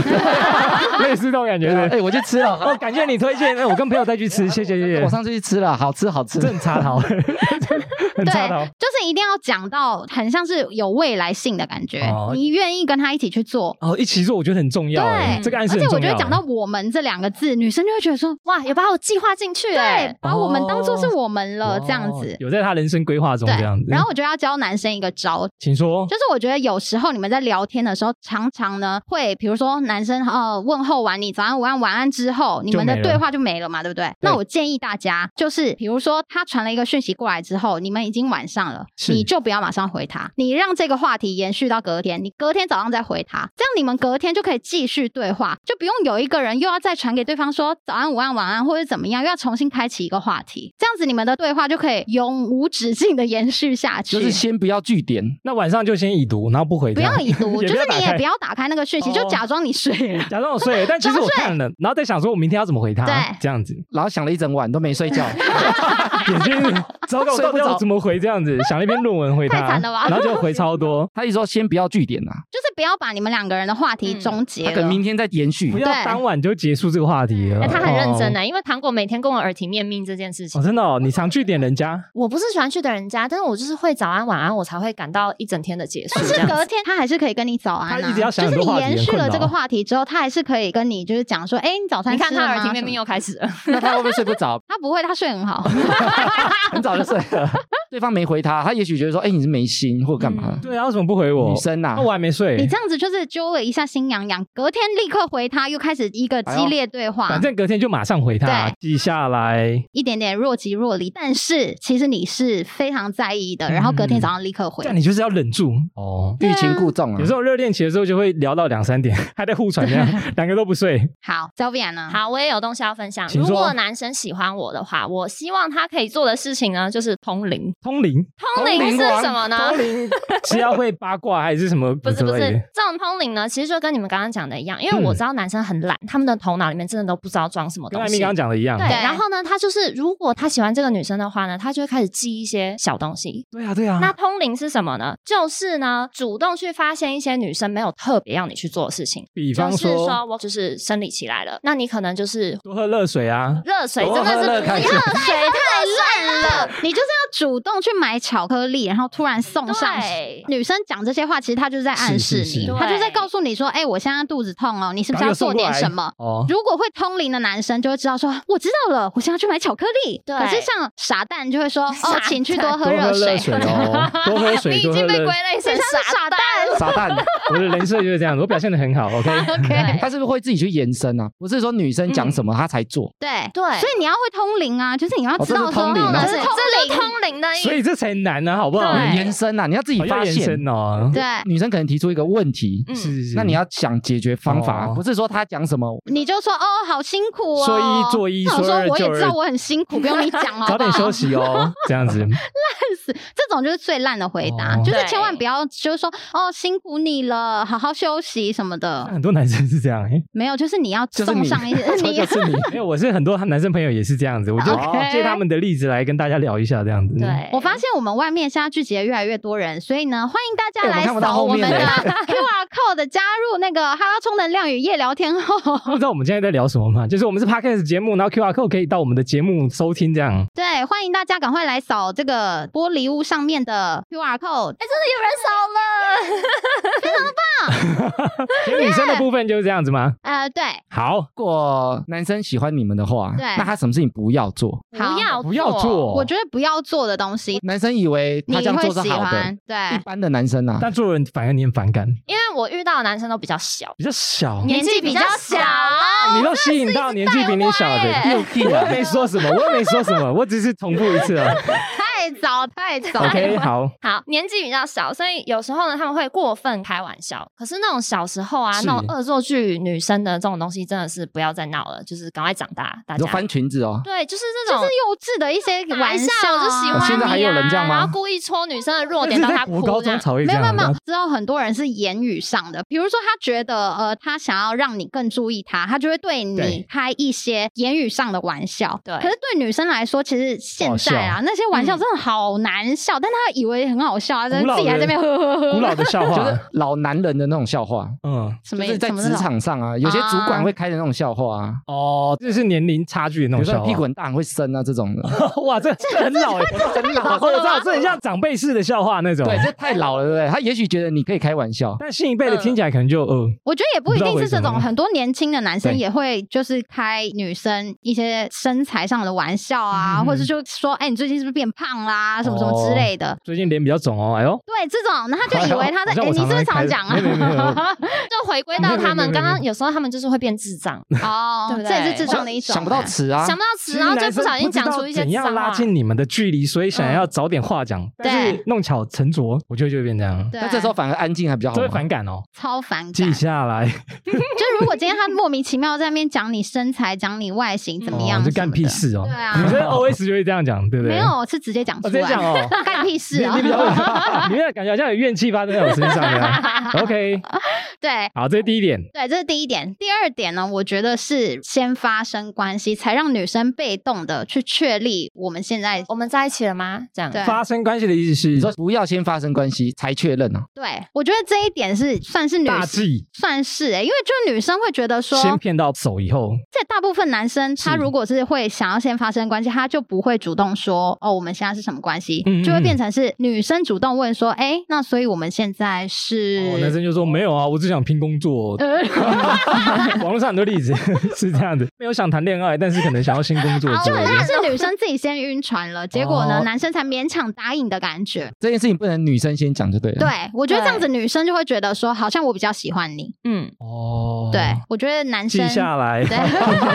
S7: [LAUGHS]
S4: 类似这种感觉
S5: 对 [LAUGHS] 啊。哎、
S4: 的。
S5: 我去吃 [LAUGHS] 了，
S4: 哦，感谢你推荐，哎，我跟朋友再去吃，谢谢谢
S5: 我
S4: 谢。
S5: 上次去吃了，好吃好吃。
S4: 这很插头，很哦
S7: 对，
S4: 插头。
S7: 就是一定要讲到很像是有未来性的感觉
S4: 哦，
S7: 你愿意跟他一起去做。
S4: 哦，一起做我觉得很重要，哎
S7: 对，
S4: 这个暗示
S7: 而且
S4: 很重要。
S7: 我觉得
S4: 哎
S7: 讲到我们这两个字，女生就会觉得说，
S6: 哇，有把我计划进去
S7: 对
S6: 哎，，
S7: 把我们当做是我们了
S4: 哦
S7: 这样子。
S4: 有在他人生规划中
S7: 对
S4: 这样子。，
S7: 然后我觉得要教男生一个招，
S4: 请说
S7: 就，是我觉得有时候你们在聊天的时候，常常呢会，比如说男生呃问候完你早安、午安、晚安之后，你们的
S4: 就没了
S7: 对话就没了嘛，对不对？那我建议大家就是，比如说他传了一个讯息过来之后，你们已经晚上了，
S4: 是
S7: 你就不要马上回他，你让这个话题延续到隔天，你隔天早上再回他，这样你们隔天就可以继续对话，就不用有一个人又要再传给对方说早安、午安、晚安或者怎么样，又要重新开启一个话题，这样子你们的对话就可以永无止境的延续下去。
S5: 就是先不要据点，
S4: 那晚上就先已读，然后不回
S7: 不
S4: 这样，
S7: 要已
S4: [LAUGHS]
S7: 读，
S4: 也
S7: 就
S4: 不
S7: 是
S4: 要
S7: 你
S4: 打
S7: 也
S4: 开
S7: 不要打开那个讯息，
S4: 哦
S7: 就假装你睡了。
S4: 假装我睡了，但其实我
S7: 装睡
S4: 看了，然后再想说我明天要怎么回他，
S7: 对
S4: 这
S7: [LAUGHS]
S4: 样子，
S5: 然后想了一整晚都没睡
S4: [LAUGHS]
S5: 觉，
S4: 眼睛糟糕，我
S5: 睡
S4: 到底
S5: 不
S4: 要
S5: 着，
S4: 怎么回这样子？想了一篇论文回他，
S7: 太惨了吧
S4: 然后就回超多
S5: 他一直说先不要据点啊，
S7: 就是不要把你们两个人的话题
S6: 嗯
S7: 终结
S5: 他
S7: 了。
S5: 可能明天再延续
S4: 不。要
S7: [LAUGHS] 对
S4: 当晚就结束这个话题了。
S6: 哎，他很认真
S7: 欸
S4: 哦
S6: 呢，因为糖果每天跟我耳提面命这件事情
S4: 哦，。真的哦，你常去点人家，
S6: 我不是喜欢去的人家，但是我就是会早安晚安，我才会感到一整天的结束
S7: 但
S6: 这
S7: 是
S6: 样子。
S7: 隔天他还是可以跟你早安、
S4: 他
S7: 啊，
S4: 一直要想
S7: 就是
S4: 很
S7: 你
S4: 多话题
S7: 延续
S4: 很困
S7: 了这个
S4: 扰
S7: 话题之后，他还是可以跟你就是讲说，哎、你早餐
S6: 你看
S7: 吃了
S6: 他
S7: 吗
S6: 耳提面命
S7: 什么
S6: 又开始了，
S5: 那他会不会睡不
S4: [LAUGHS]
S5: 着？
S7: 他不会，他睡很好。
S5: 很早就睡了。对方没回他，他也许觉得说，哎，你是没心或干嘛？
S4: 对啊，为什么不回我？
S5: 女生啊呐
S4: 那，我还没睡
S7: 你。这样子就是揪了一下心痒痒，隔天立刻回他，又开始一个激烈对话，
S4: 反正隔天就马上回他，记下来。
S7: 一点点若即若离。但是其实你是非常在意的，然后隔天早上立刻回。
S4: 但嗯你就是要忍住哦。
S7: 嗯
S5: 欲擒故纵啊
S4: 有时。候热恋期的时候就会聊到两三点，还在互传
S7: [LAUGHS]
S4: 这样，两个都不睡。
S7: 好 s y l v i a
S6: [LAUGHS]
S7: 呢？，
S6: 好，我也有东西要分享。
S4: 请
S6: 如
S4: 说
S6: 果男生喜欢我的话，我希望他可以做的事情呢，就是通灵。
S4: 通灵，
S6: 通灵是什么呢？
S4: 通灵 [LAUGHS] 是要会八卦还是什么？
S6: 啊不是不是，这种通灵呢，其实就跟你们刚刚讲的一样，因为我知道男生很懒，他们的头脑里面真的都不知道装什么
S4: 嗯跟
S6: 东
S4: 艾米
S6: 西。
S4: 刚刚讲的一样。
S6: 对，
S7: 对
S6: 然后呢，他就是如果他喜欢这个女生的话呢，他就会开始记一些小东西。
S4: 对啊对啊。
S6: 那通灵是什么呢？就是呢，主动去发现一些女生没有特别要你去做的事情，
S4: 比
S6: 比
S4: 方
S6: 就是说
S4: 说
S6: 我就是生理期来了，那你可能就是
S4: 多喝热水啊，
S6: 热水
S5: 多
S6: 真的
S5: 喝
S6: 是
S5: 热
S6: 不
S5: 开
S6: 要
S5: 水
S7: 太烂了！你就是要主动去买巧克力，然后突然送上。
S6: 对。
S7: 女生讲这些话，其实她就是在暗示
S4: 是是
S7: 你，
S4: 是
S7: 她就在
S6: 对
S7: 告诉你说：“哎、我现在肚子痛哦，你是不是
S4: 然后
S7: 要
S4: 又送
S7: 做
S4: 过来
S7: 点什么？”
S4: 哦，
S7: 如果会通灵的男生就会知道说，我知道了，我现在要去买巧克力。
S6: 对
S7: 可是像傻蛋就会说，
S6: [LAUGHS]
S7: 哦
S6: 傻，
S7: 请去多
S4: 多
S7: 喝
S4: 喝
S7: 热
S4: 热
S7: 水。
S6: [LAUGHS]
S4: 水哦，多喝水，
S6: 你已
S4: 多喝
S6: 经被
S4: 热
S6: 归
S4: 水。
S6: 类
S7: 这
S6: 成
S7: 像是傻蛋，
S5: 傻
S4: [LAUGHS]
S5: 蛋，
S4: 我的人设就是这样子，我表现的很好，OK。
S6: [LAUGHS]
S7: OK，
S5: 他是不是会自己去延伸啊？不是说女生讲什么他才做，
S7: 对
S6: 对
S7: 所以你要会通灵啊，就是你要知道
S5: 哦这是通
S7: 说，
S5: 灵啊
S7: 哦
S6: 这
S7: 这
S6: 是
S7: 是通
S6: 这就是通灵的意
S4: 所以这才难呢，好不好？
S6: 对
S5: 延伸啊，你要自己
S4: 嗯好
S5: 发
S4: 要延
S5: 现。
S4: 伸哦。
S7: 对，
S5: 女生可能提出一个问题，
S4: 是
S6: 嗯，
S4: 是是。
S5: 那你要想解决方法，
S4: 哦
S5: 不是说他讲什么。
S7: 你就说哦，好辛苦哦。
S4: 说一做一
S7: 那我
S4: 说
S7: 说
S4: 二
S7: 我也
S4: 就
S7: 知道
S4: 二
S7: 我很辛苦，不用
S4: [LAUGHS]
S7: 你讲好
S4: 早
S7: 不
S4: 点
S7: 好
S4: 休？息哦，这
S6: [LAUGHS]
S4: 样子。
S7: 死，这种就是最烂的回答，
S4: 哦
S7: 就是
S6: 对
S7: 千万不要就是说哦，辛苦你了，好好休息什么的。
S4: 很多男生是这样，诶
S7: 没有，就是你要
S5: 就是
S7: 送
S5: 你
S7: 上一
S5: [LAUGHS]
S7: 些，你
S5: 就是你，
S4: 没有，我是很多男生朋友也是这样子，我
S6: [LAUGHS]
S4: 就
S5: OK
S4: 借他们的例子来跟大家聊一下，这样子。
S6: 对，
S7: 我发现我们外面现在聚集了越来越多人，所以呢，欢迎大家
S5: 哎我
S7: 来
S5: 看不到
S7: 扫
S5: 后
S7: 我们
S5: 面
S7: 的
S5: 嘞 [LAUGHS]
S7: QR code 加入那个哈拉充能量与夜聊天后。
S4: 不知道我们现在在聊什么吗？就是我们是 podcast 节目，然后 QR code 可以到我们的节目收听，这样。
S7: 对，欢迎大家赶快来扫这个玻璃屋上面的 QR code。
S6: 真的有人
S4: 所以女生的部分就是这样子吗？
S7: 呃，对，
S4: 好，
S5: 如果男生喜欢你们的话，
S7: 对
S5: 那他什么事情不要做？
S6: 少了，
S7: 好
S6: 不要
S4: 不要做，
S7: 我觉得不要做的东西，
S5: 男生以为
S7: 你
S5: 哦他这样
S7: 会
S5: 做是
S7: 喜
S5: 好的
S7: 欢，。
S5: [LAUGHS]
S7: 对，
S5: 一般的男生啊，
S4: 但做人反而你很反感，
S6: 因为我遇到的男生都比较小，
S4: 比较小，
S7: 年纪比较小
S4: 你都吸引到年纪比你小的，
S5: 又屁
S4: 我又没说什么，我又没说什么，我 [LAUGHS] 只是重复一次啊。
S7: 太早太早。
S4: OK，好，
S6: 好，年纪比较小，所以有时候呢，他们会过分开玩笑。可是那种小时候啊，
S4: 是
S6: 那种恶作剧女生的这种东西，真的是不要再闹了，就是赶快长大，大
S5: 你
S6: 家
S5: 说。翻裙子哦，
S6: 对，就是这
S7: 就
S6: 种
S7: 是幼稚的一些玩
S6: 玩笑，我就喜
S7: 啊
S6: 欢
S4: 哦
S6: 你、啊。
S5: 现在还有人这样吗
S6: 然后故意戳女生的弱
S4: 这
S6: 点，
S4: 是
S6: 让
S4: 在
S6: 她
S4: 国
S6: 哭
S4: 高
S6: 这
S4: 中
S6: 样。
S4: 才会这
S7: 没有没有
S4: 样
S7: 没有
S4: 的。，
S7: 知道很多人是言语上的，比如说他觉得呃他想要让你更注意他，他就会对你
S4: 对
S7: 开一些言语上的玩笑。
S6: 对
S7: 可是对女生来说，其实现在
S4: 好
S7: 啊那些玩笑
S6: 嗯
S7: 真的好难笑，但她以为很好笑啊，但
S4: 古老
S7: 自己还在那边呵呵呵
S4: 古老的笑
S5: 就
S4: 话
S5: 是，老男人的那种笑话，
S4: 嗯，
S7: 什
S5: 就
S7: 么
S5: 是在
S7: 什么那
S5: 职
S7: 种
S5: 场上啊，有些主管会开的那种笑话啊，
S4: 哦，这是年龄差距的那
S5: 比
S4: 种
S5: 如说
S4: 笑
S5: 你屁股
S4: 话。哦
S5: 很大很会伸啊这种的，
S4: [LAUGHS] 哇，这这很老哎，很老，我知道，这很像长辈式的笑话那种。
S5: 对，这太老了，对不对？他也许觉得你可以开玩笑，
S4: 但新一辈的听起来可能就呃，
S7: 我觉得也不一定是这
S4: 不知道为什么嗯
S7: 种，很多年轻的男生
S5: 对
S7: 也会就是开女生一些身材上的玩笑啊，
S4: 嗯
S7: 或者就说，哎、你最近是不是变胖啦，什么什么之
S4: 哦
S7: 类的。
S4: 最近脸比较肿哦，哎呦，
S7: 对，这种，那他就以为他在，
S4: 好像
S7: 哎、
S4: 我
S7: 你是不
S4: 常常
S7: 是常
S4: 开
S7: 讲啊？
S4: 没有没有没有
S6: 就回归到他
S4: 没有没有没有
S6: 们刚刚，有时候他们就是会变智障，
S7: 哦，
S6: 对不对
S7: 这也是智障的一种。
S5: 想不到词啊
S6: 想，不到
S4: 其
S6: 词，
S4: 实
S6: 然后就
S4: 男生
S6: 不小心
S4: 知道
S6: 讲出一些
S4: 怎
S6: 智
S4: 样
S6: 障
S4: 拉
S6: 话。
S4: 近你们的距离，所以
S7: 嗯
S4: 想要早点话讲，但是
S7: 对
S4: 弄巧成拙，我就就会变这样，
S7: 对，
S5: 那这时候反而安静还比较好
S4: 都会
S5: 玩。
S4: 反感哦。
S7: 超反
S4: 记
S7: 感。
S6: [LAUGHS]
S4: 下来，
S7: 就如果今天他莫名其妙在那边讲你身材、讲你外形怎么样
S4: 哦
S7: 什么
S4: 这
S7: 的，
S4: 干屁事哦。
S7: 对啊
S4: 女生 OS 就会这样讲，对不对？
S7: 没有，是直接讲出
S4: 我直接
S7: 来，
S4: 讲哦
S7: [LAUGHS] 干屁事
S4: 你 [LAUGHS]
S7: 啊
S4: 你！比较，你比较感觉好像有怨气发生在我身上的。OK，
S7: [LAUGHS] 对。
S4: 好，这是第一点。
S7: 对，这是第一点。第二点呢，我觉得是先发生关系，才让女生被动的去确立我们现在
S6: 我们在一起了吗？这样
S7: 对
S4: 发生关系的意思是，
S5: 你说不要先发生关系才确认啊，
S7: 对，我觉得这一点是算是女
S4: 大忌
S7: 算是、欸，因为就女生会觉得说，
S4: 先骗到手以后，
S7: 这大部分男生他
S4: 是
S7: 如果是会想要先发生关系，他就不会主动说哦，我们现在是什么关系，
S4: 嗯嗯
S7: 就会变成是女生主动问说，哎、那所以我们现在是。
S4: 哦，男生就说没有啊，我只想拼工作。
S7: 呃
S4: [LAUGHS] 网络上很多例子 [LAUGHS] 是这样的，没有想谈恋爱，但是可能想要新工作之
S7: 就
S4: 类
S7: 很
S4: 的
S7: 像。是女生自己先晕船了，结果呢，
S4: 哦
S7: 男生才勉强答应的感觉。
S5: 这件事情不能女生先讲就对了。
S7: 对，我觉得这样子女生就会觉得说，好像我比较喜欢你。
S6: 嗯，
S4: 哦，
S7: 对，我觉得男
S4: 记
S7: 生
S4: 下来，
S7: 对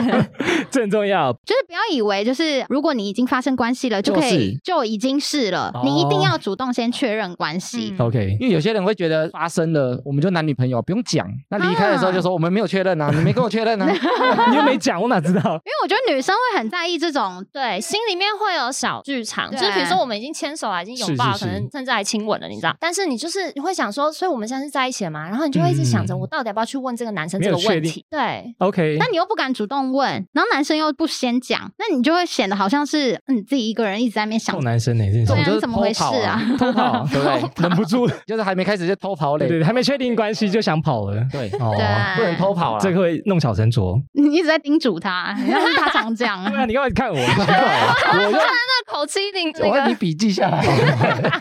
S4: [LAUGHS] 这很重要。
S7: 就是不要以为就是如果你已经发生关系了，就可以就已经是了，
S4: 哦
S7: 你一定要主动先确认关系。
S4: OK，
S5: 因为有些人会觉得发生了，我们就男女朋友不用讲，那离开的时候就说我们没有确认啊，你没跟我确认啊，
S4: 你又没讲，我哪知
S7: [LAUGHS]
S4: 道？
S7: 因为我觉得女生会很在意这种，
S6: 对，心里面会有小剧场，
S7: 对
S6: 就是比如说我们已经牵手了，已经拥
S4: 是
S6: 抱了，
S4: 是是
S6: 可能甚至还亲吻了，你知道？但是你就是会想说，所以我们现在是在一起了嘛？然后你就会一直想着，
S4: 嗯
S6: 我到底要不要去问这个男生
S4: 没
S6: 这
S4: 有
S6: 个
S4: 确
S6: 问
S4: 定
S6: 题？对，
S4: OK，
S7: 但你又不敢主动问，然后男生又不先讲，那你就会显得好像是嗯你自己一个人一直在那边想
S4: 臭。男生呢，这
S5: 这
S4: 种
S7: 对啊
S5: 种就是
S7: 怎么回
S5: 偷跑
S7: 事啊
S5: 偷跑啊，对不对？
S4: 忍不
S7: [LAUGHS]
S4: 住，
S5: 就是还没开始就偷跑嘞
S4: 对，对，还没确定关系就想跑了。
S5: 对，
S4: 哦，
S7: [LAUGHS] 对，
S5: 不能偷跑啊， [LAUGHS]
S4: 这个会弄巧成
S7: [LAUGHS]
S4: 拙。
S7: 你一直在叮嘱他，你要是他常
S5: [LAUGHS]
S7: 这样。
S4: 对啊，你干嘛看我？ [LAUGHS] 奇怪
S5: 啊我就
S6: 那口气一定
S5: 我要你笔记下来。 [LAUGHS]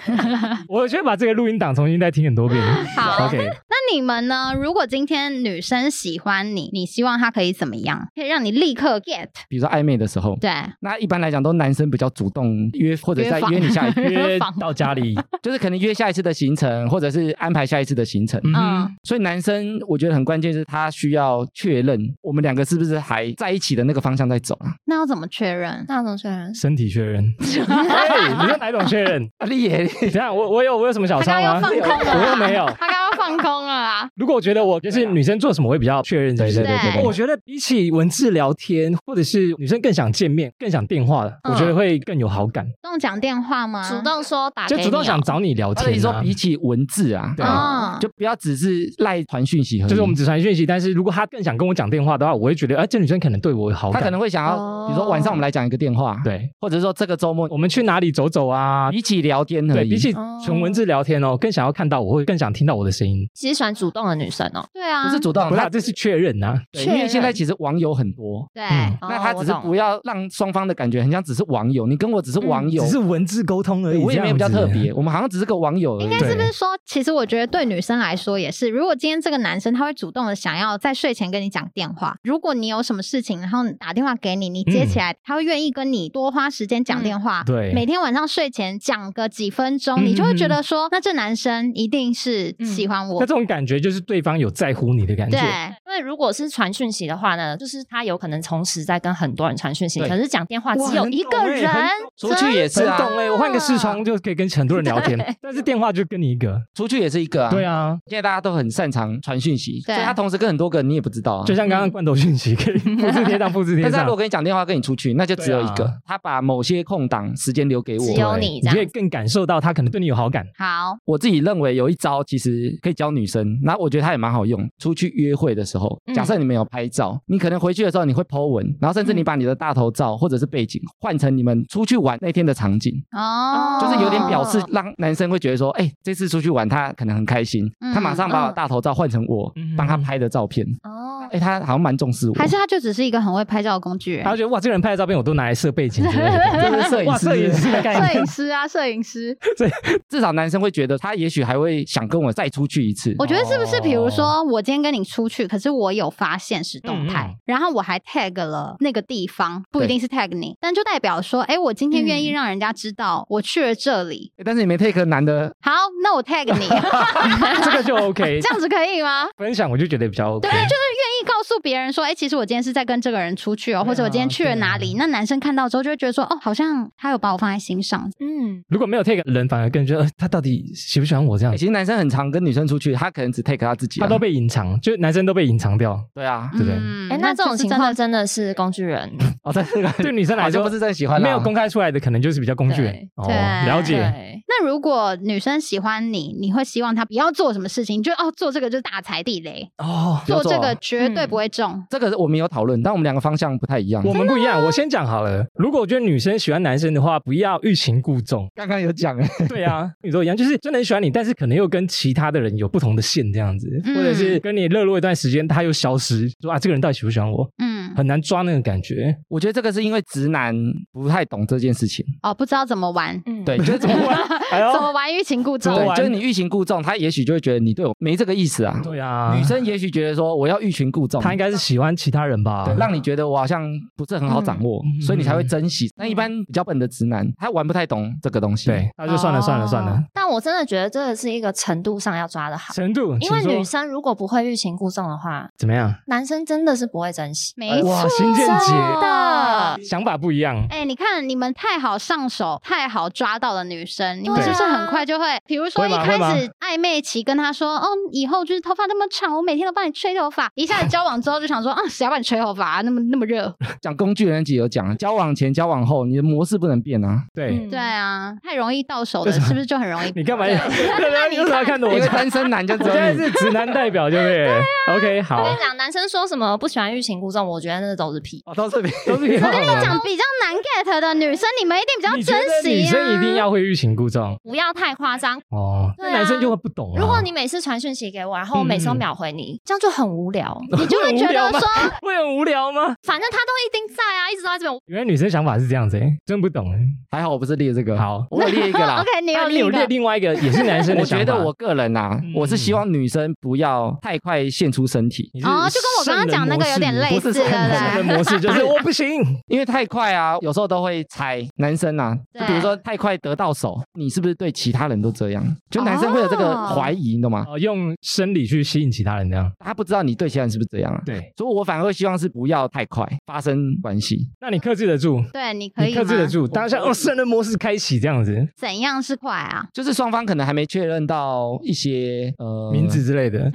S4: 我觉得把这个录音档重新再听很多遍。
S7: 好
S4: OK，
S7: 那你们呢？如果今天女生喜欢你，你希望她可以怎么样？可以让你立刻 get
S5: 比如说暧昧的时候，
S7: 对，
S5: 那一般来讲都男生比较主动约，或者
S7: 约
S5: 再
S7: 访
S5: 约你下一，
S4: [LAUGHS] 约到家里，
S5: 就是可能约下一次的行程，或者是安排下一次的行程。
S4: 嗯哼，
S7: [LAUGHS] 嗯，
S5: 所以男生我觉得很关键是他需要确认我们两个是不是还在一起的那个方向在走啊。
S7: 那要怎么确认？
S6: 那种确认，
S4: 身体确
S7: [LAUGHS]
S4: 认。哎，你说哪一种确认？ [LAUGHS]
S5: 啊，你也
S4: 等一下我我有我有什么小
S7: 他
S4: 伤
S7: 刚刚
S4: 吗？
S7: 又放空了啊，
S4: 我又没有。
S7: 他刚刚放空了啊。
S4: 如果我觉得我就是女生做什么，我会比较确认。
S5: 对对
S4: 对。
S5: 对对
S7: 对
S5: 对，
S4: 我觉得比起文字聊天，或者是女生更想见面、更想电话的，我觉得会更有好感，
S7: 主动讲电话吗？
S6: 主动说打给
S4: 就
S6: 你哦，
S4: 主动想找你聊
S5: 所以
S4: 天
S5: 说
S4: 啊。
S5: 比起文字啊，
S4: 对
S7: 啊
S5: 就不要只是赖传讯息而已，
S4: 就是我们只传讯息，但是如果她更想跟我讲电话的话，我会觉得，哎、这女生可能对我有好
S5: 他
S4: 感。
S5: 可能会想要，
S6: 哦
S5: 比如说晚上我们来讲一个电话，，
S4: 对，
S5: 或者说这个周末
S4: 我们去哪里走走啊？
S5: 比起聊天而
S4: 对
S5: 已，
S4: 比起
S6: 哦
S4: 纯文字聊天哦，更想要看到我，会更想听到我的声音。
S6: 其实喜欢主动的女生哦。
S7: 对啊，
S5: 不是主动，
S4: 不是啊、
S5: 他
S4: 这是确认啊。
S5: 对
S6: 确认
S5: 因为现在其实网友很多。
S7: 对、
S4: 嗯
S6: 哦
S5: 那他只是
S6: 我懂
S5: 不要让双方的感觉很像只是网友，你跟我只是网友，
S4: 嗯只是文字沟通而
S5: 对
S4: 已，
S5: 我也没有比较
S4: 这样
S5: 特
S4: 子啊
S5: 别，。我们好像只是个网友而已。
S7: 应该
S4: 对
S7: 是不是说，其实我觉得对女生来说也是，如果今天这个男生他会主动的想要在睡前跟你讲电话，如果你有什么事情，然后打电话给你，你接起来，他会愿意跟你多花时间讲电
S4: 嗯
S7: 话。
S4: 对
S7: 每天晚上睡前讲个几分钟，
S4: 嗯
S7: 你就会觉得说，那这男生一定是喜欢
S4: 那
S7: 我。
S4: 这种感觉就是对方有在乎你的感觉
S7: 对，，
S6: 因为如果是传讯息的话呢，就是他有可能同时在跟很多人传讯息，
S5: 对
S6: 可是讲电话
S4: 哇
S6: 只有
S4: 很
S6: 一
S4: 懂
S6: 个
S4: 欸
S6: 人，
S4: 很
S5: 出去也是
S4: 很
S5: 啊，
S4: 懂哎、我换个视窗就可以跟很多人聊天，但是电话就跟你一个。
S5: 出去也是一个啊。
S4: 对，啊，
S5: 现在大家都很擅长传讯息，
S7: 对
S5: 所以他同时跟很多个人你也不知道啊。
S4: 就像刚刚罐头讯息可以复制贴上，复制贴
S5: 但是他
S4: 上
S5: 如 [LAUGHS] 果。跟你讲电话，跟你出去，那就只有一
S4: 对
S5: 个
S4: 啊。
S5: 他把某些空档时间留给
S6: 只有
S5: 我。
S7: 哦
S4: 对
S6: 你这
S4: 你
S6: 样
S4: 可以更感受到他可能对你有好感。
S7: 好，
S5: 我自己认为有一招其实可以教女生，那我觉得它也蛮好用。出去约会的时候，
S6: 嗯
S5: 假设你们有拍照，你可能回去的时候你会 po 文，然后甚至
S7: 嗯
S5: 你把你的大头照或者是背景换成你们出去玩那天的场景，
S7: 哦，
S5: 就是有点表示
S6: 哦
S5: 让男生会觉得说，哎、这次出去玩他可能很开心，
S7: 嗯
S5: 他马上把我大头照换成我
S4: 嗯
S5: 帮他拍的照片，
S6: 哦
S5: 哎、，他好像蛮重视我，
S7: 还是他就只是一个很会拍照的工具人
S4: 他就觉得哇，这个人拍的照片我都拿来设背景之类
S5: [LAUGHS]
S4: 的，
S5: 这是摄影
S4: 哇，摄影
S5: 师，
S4: 师的概
S7: 摄
S4: 念
S7: 影。师 [LAUGHS] 啊，摄影师，
S5: 至少男生会觉得他也许还会想跟我再出去一次。
S7: 我觉得是不是？
S4: 哦
S7: 比如说，我今天跟你出去，可是我有发现实动态，
S4: 嗯
S7: 然后我还 tag 了那个地方，不一
S5: 对
S7: 定是 tag 你，但就代表说，哎，我今天愿意让人家知道我去了这里。
S5: 哎但是你没 take 男的，
S7: 好，那我 tag 你，
S4: 这个就
S5: [LAUGHS]
S4: OK，
S7: 这样子可以吗？
S4: 分享我就觉得比较 OK
S7: 对。愿意告诉别人说，哎，其实我今天是在跟这个人出去哦，
S4: 啊
S7: 或者我今天去了哪里。
S4: 对
S7: 那男生看到之后就会觉得说，哦，好像他有把我放在心上。
S6: 嗯，
S4: 如果没有 take 人，反而更觉得、呃、他到底喜不喜欢我这样
S5: 哎其，实男生很常跟女生出去，他可能只 take 他自己、啊，
S4: 他都被隐藏，就是男生都被隐藏掉。
S5: 对啊。
S4: 对不对
S7: 嗯
S6: 哎，那这
S7: 就
S6: 种
S7: 是
S6: 情
S7: 真
S6: 况
S7: 的
S6: 真的是工具人，
S4: 嗯
S6: [LAUGHS]
S5: 哦，这 [LAUGHS] 个
S4: 对女生来
S5: 好像
S4: 说
S5: 不是真的喜欢啦，
S4: 没有公开出来的，可能就是比较工具人
S6: 对。
S4: 哦，
S7: 对
S4: 了解。
S6: 对，
S7: 那如果女生喜欢你，你会希望她不要做什么事情？你觉得哦，做这个就是大踩地雷，
S4: 哦，
S5: 比如说
S7: 做这个绝对
S6: 嗯
S7: 不会中。
S5: 这个我们有讨论，但我们两个方向不太一样。。
S4: 我们不一样。我先讲好了，如果我觉得女生喜欢男生的话，不要欲擒故纵
S5: 刚刚有讲，
S4: 对啊， [LAUGHS] 你都一样，就是真的很喜欢你，但是可能又跟其他的人有不同的线这样子，
S7: 嗯
S4: 或者是跟你热络一段时间，他又消失，说啊，这个人到底喜不喜欢我，
S7: 嗯，
S4: 很难抓那个感觉。
S5: 我觉得这个是因为直男不太懂这件事情。
S7: 哦，不知道怎么玩，
S6: 嗯，
S5: [LAUGHS] 对，就是怎么玩？
S4: 哎呦
S7: 怎么玩欲擒故
S4: 怎么
S5: [LAUGHS]
S7: 纵。
S5: 对，
S4: 玩
S5: 就是你欲擒故纵，他也许就会觉得你对我没这个意思啊。
S4: 对啊，
S5: 女生也许觉得说我要欲擒故纵，
S4: 她应该是喜欢其他人吧？
S5: 对让你觉得我好像不是很好掌握，
S4: 嗯
S5: 所以你才会珍惜。那一般比较笨的直男，他玩不太懂这个东西。
S4: 对，，那就算了算了算了
S6: 哦。。但我真的觉得这个是一个程度上要抓的好，
S4: 程度，
S6: 因为
S4: 请说
S6: 女生如果不会欲擒故纵的话，
S4: 怎么样？
S6: 男生真的是不会珍惜。
S7: 没错
S4: 哎哇，新见
S6: 真
S4: 解，
S6: 的，
S4: 想法不一样。
S7: 哎、你看你们太好上手、太好抓到的女生，你们
S4: 对
S7: 是不是很快就会？比如说
S4: 会
S7: 一
S4: 吗
S7: 开
S4: 会吗
S7: 始暧昧期跟他说，哦，以后就是头发那么长，我每天都帮你吹头发。一下子交往之后就想说，啊，谁要帮你吹头发、啊？那么那么热？
S5: 讲工具人那集有讲，交往前、交往后，你的模式不能变啊，
S6: 嗯
S4: 对，
S7: 对啊，太容易到手的，是不是就很容易？
S4: 你干嘛？ [LAUGHS] 啊你为什么要看着
S5: 因
S4: 我
S5: 为
S4: 讲？
S5: 单身男就
S4: 我
S5: 只
S4: 现
S5: 有
S4: 在
S5: 你。
S4: 是直男代表，对不
S7: 啊
S4: 对？OK，好
S6: 我，跟你讲，男生说什么不喜欢欲擒故纵，我觉得那都是屁。
S5: 哦，到这边
S4: 都是可以
S7: 我
S4: 好
S7: 跟你
S4: 的
S7: 讲，比较难 get 的女生，你们一定比较
S4: 你觉得
S7: 珍惜、
S4: 女
S7: 啊。
S4: 生一定要会欲擒故纵
S6: 不要太夸张。
S4: 哦，
S6: 对
S4: 那
S6: 啊
S4: 男生就会不懂啊。
S6: 如果你每次传讯息给我，然后我每
S4: 嗯
S6: 次都秒回你，这样就很无
S4: [LAUGHS]
S6: 聊。
S7: 你就会觉得说，
S4: 会很无聊吗？
S6: 反正他都一定在啊，一直都在这边。
S4: 原来女生想法是这样子，哎，真不懂。哎
S5: 还好，我不是列这个，
S4: [LAUGHS] 好
S5: 我有列一个啦。
S7: OK，你
S4: 那
S7: 有
S4: 啊你有
S7: 另
S4: 列
S7: 一个
S4: 另外一个也是男生的
S5: 我
S4: 想法？
S5: 觉得我个人啊，
S4: 嗯
S5: 我是希望女生不要太快献出身体，
S4: 你是
S7: 哦，就跟我刚刚讲那个有点类
S5: 不
S7: 似，
S5: 是
S7: 对不
S5: 圣人
S4: 圣人
S7: 对？
S4: 模式，
S7: [LAUGHS]
S4: 就是我不行。
S5: 因为太快啊，有时候都会猜男生啊，
S7: 对
S5: 就比如说太快得到手，你是不是对其他人都这样？就男生会有这个怀疑，你懂吗？
S4: 哦，用生理去吸引其他人这样。
S5: 他不知道你对其他人是不是这样啊。
S4: 对，
S5: 所以我反而会希望是不要太快发生关系，
S4: 那你克制得住，
S7: 对，你可
S4: 你
S7: 以
S4: 克
S7: 吗？
S4: 制得住，当下哦，圣人模式开启这样
S5: 嗯
S4: 子，
S7: 怎样是快啊？
S5: 就是双方可能还没确认到一些呃
S4: 名字之类
S7: [LAUGHS]
S4: 的，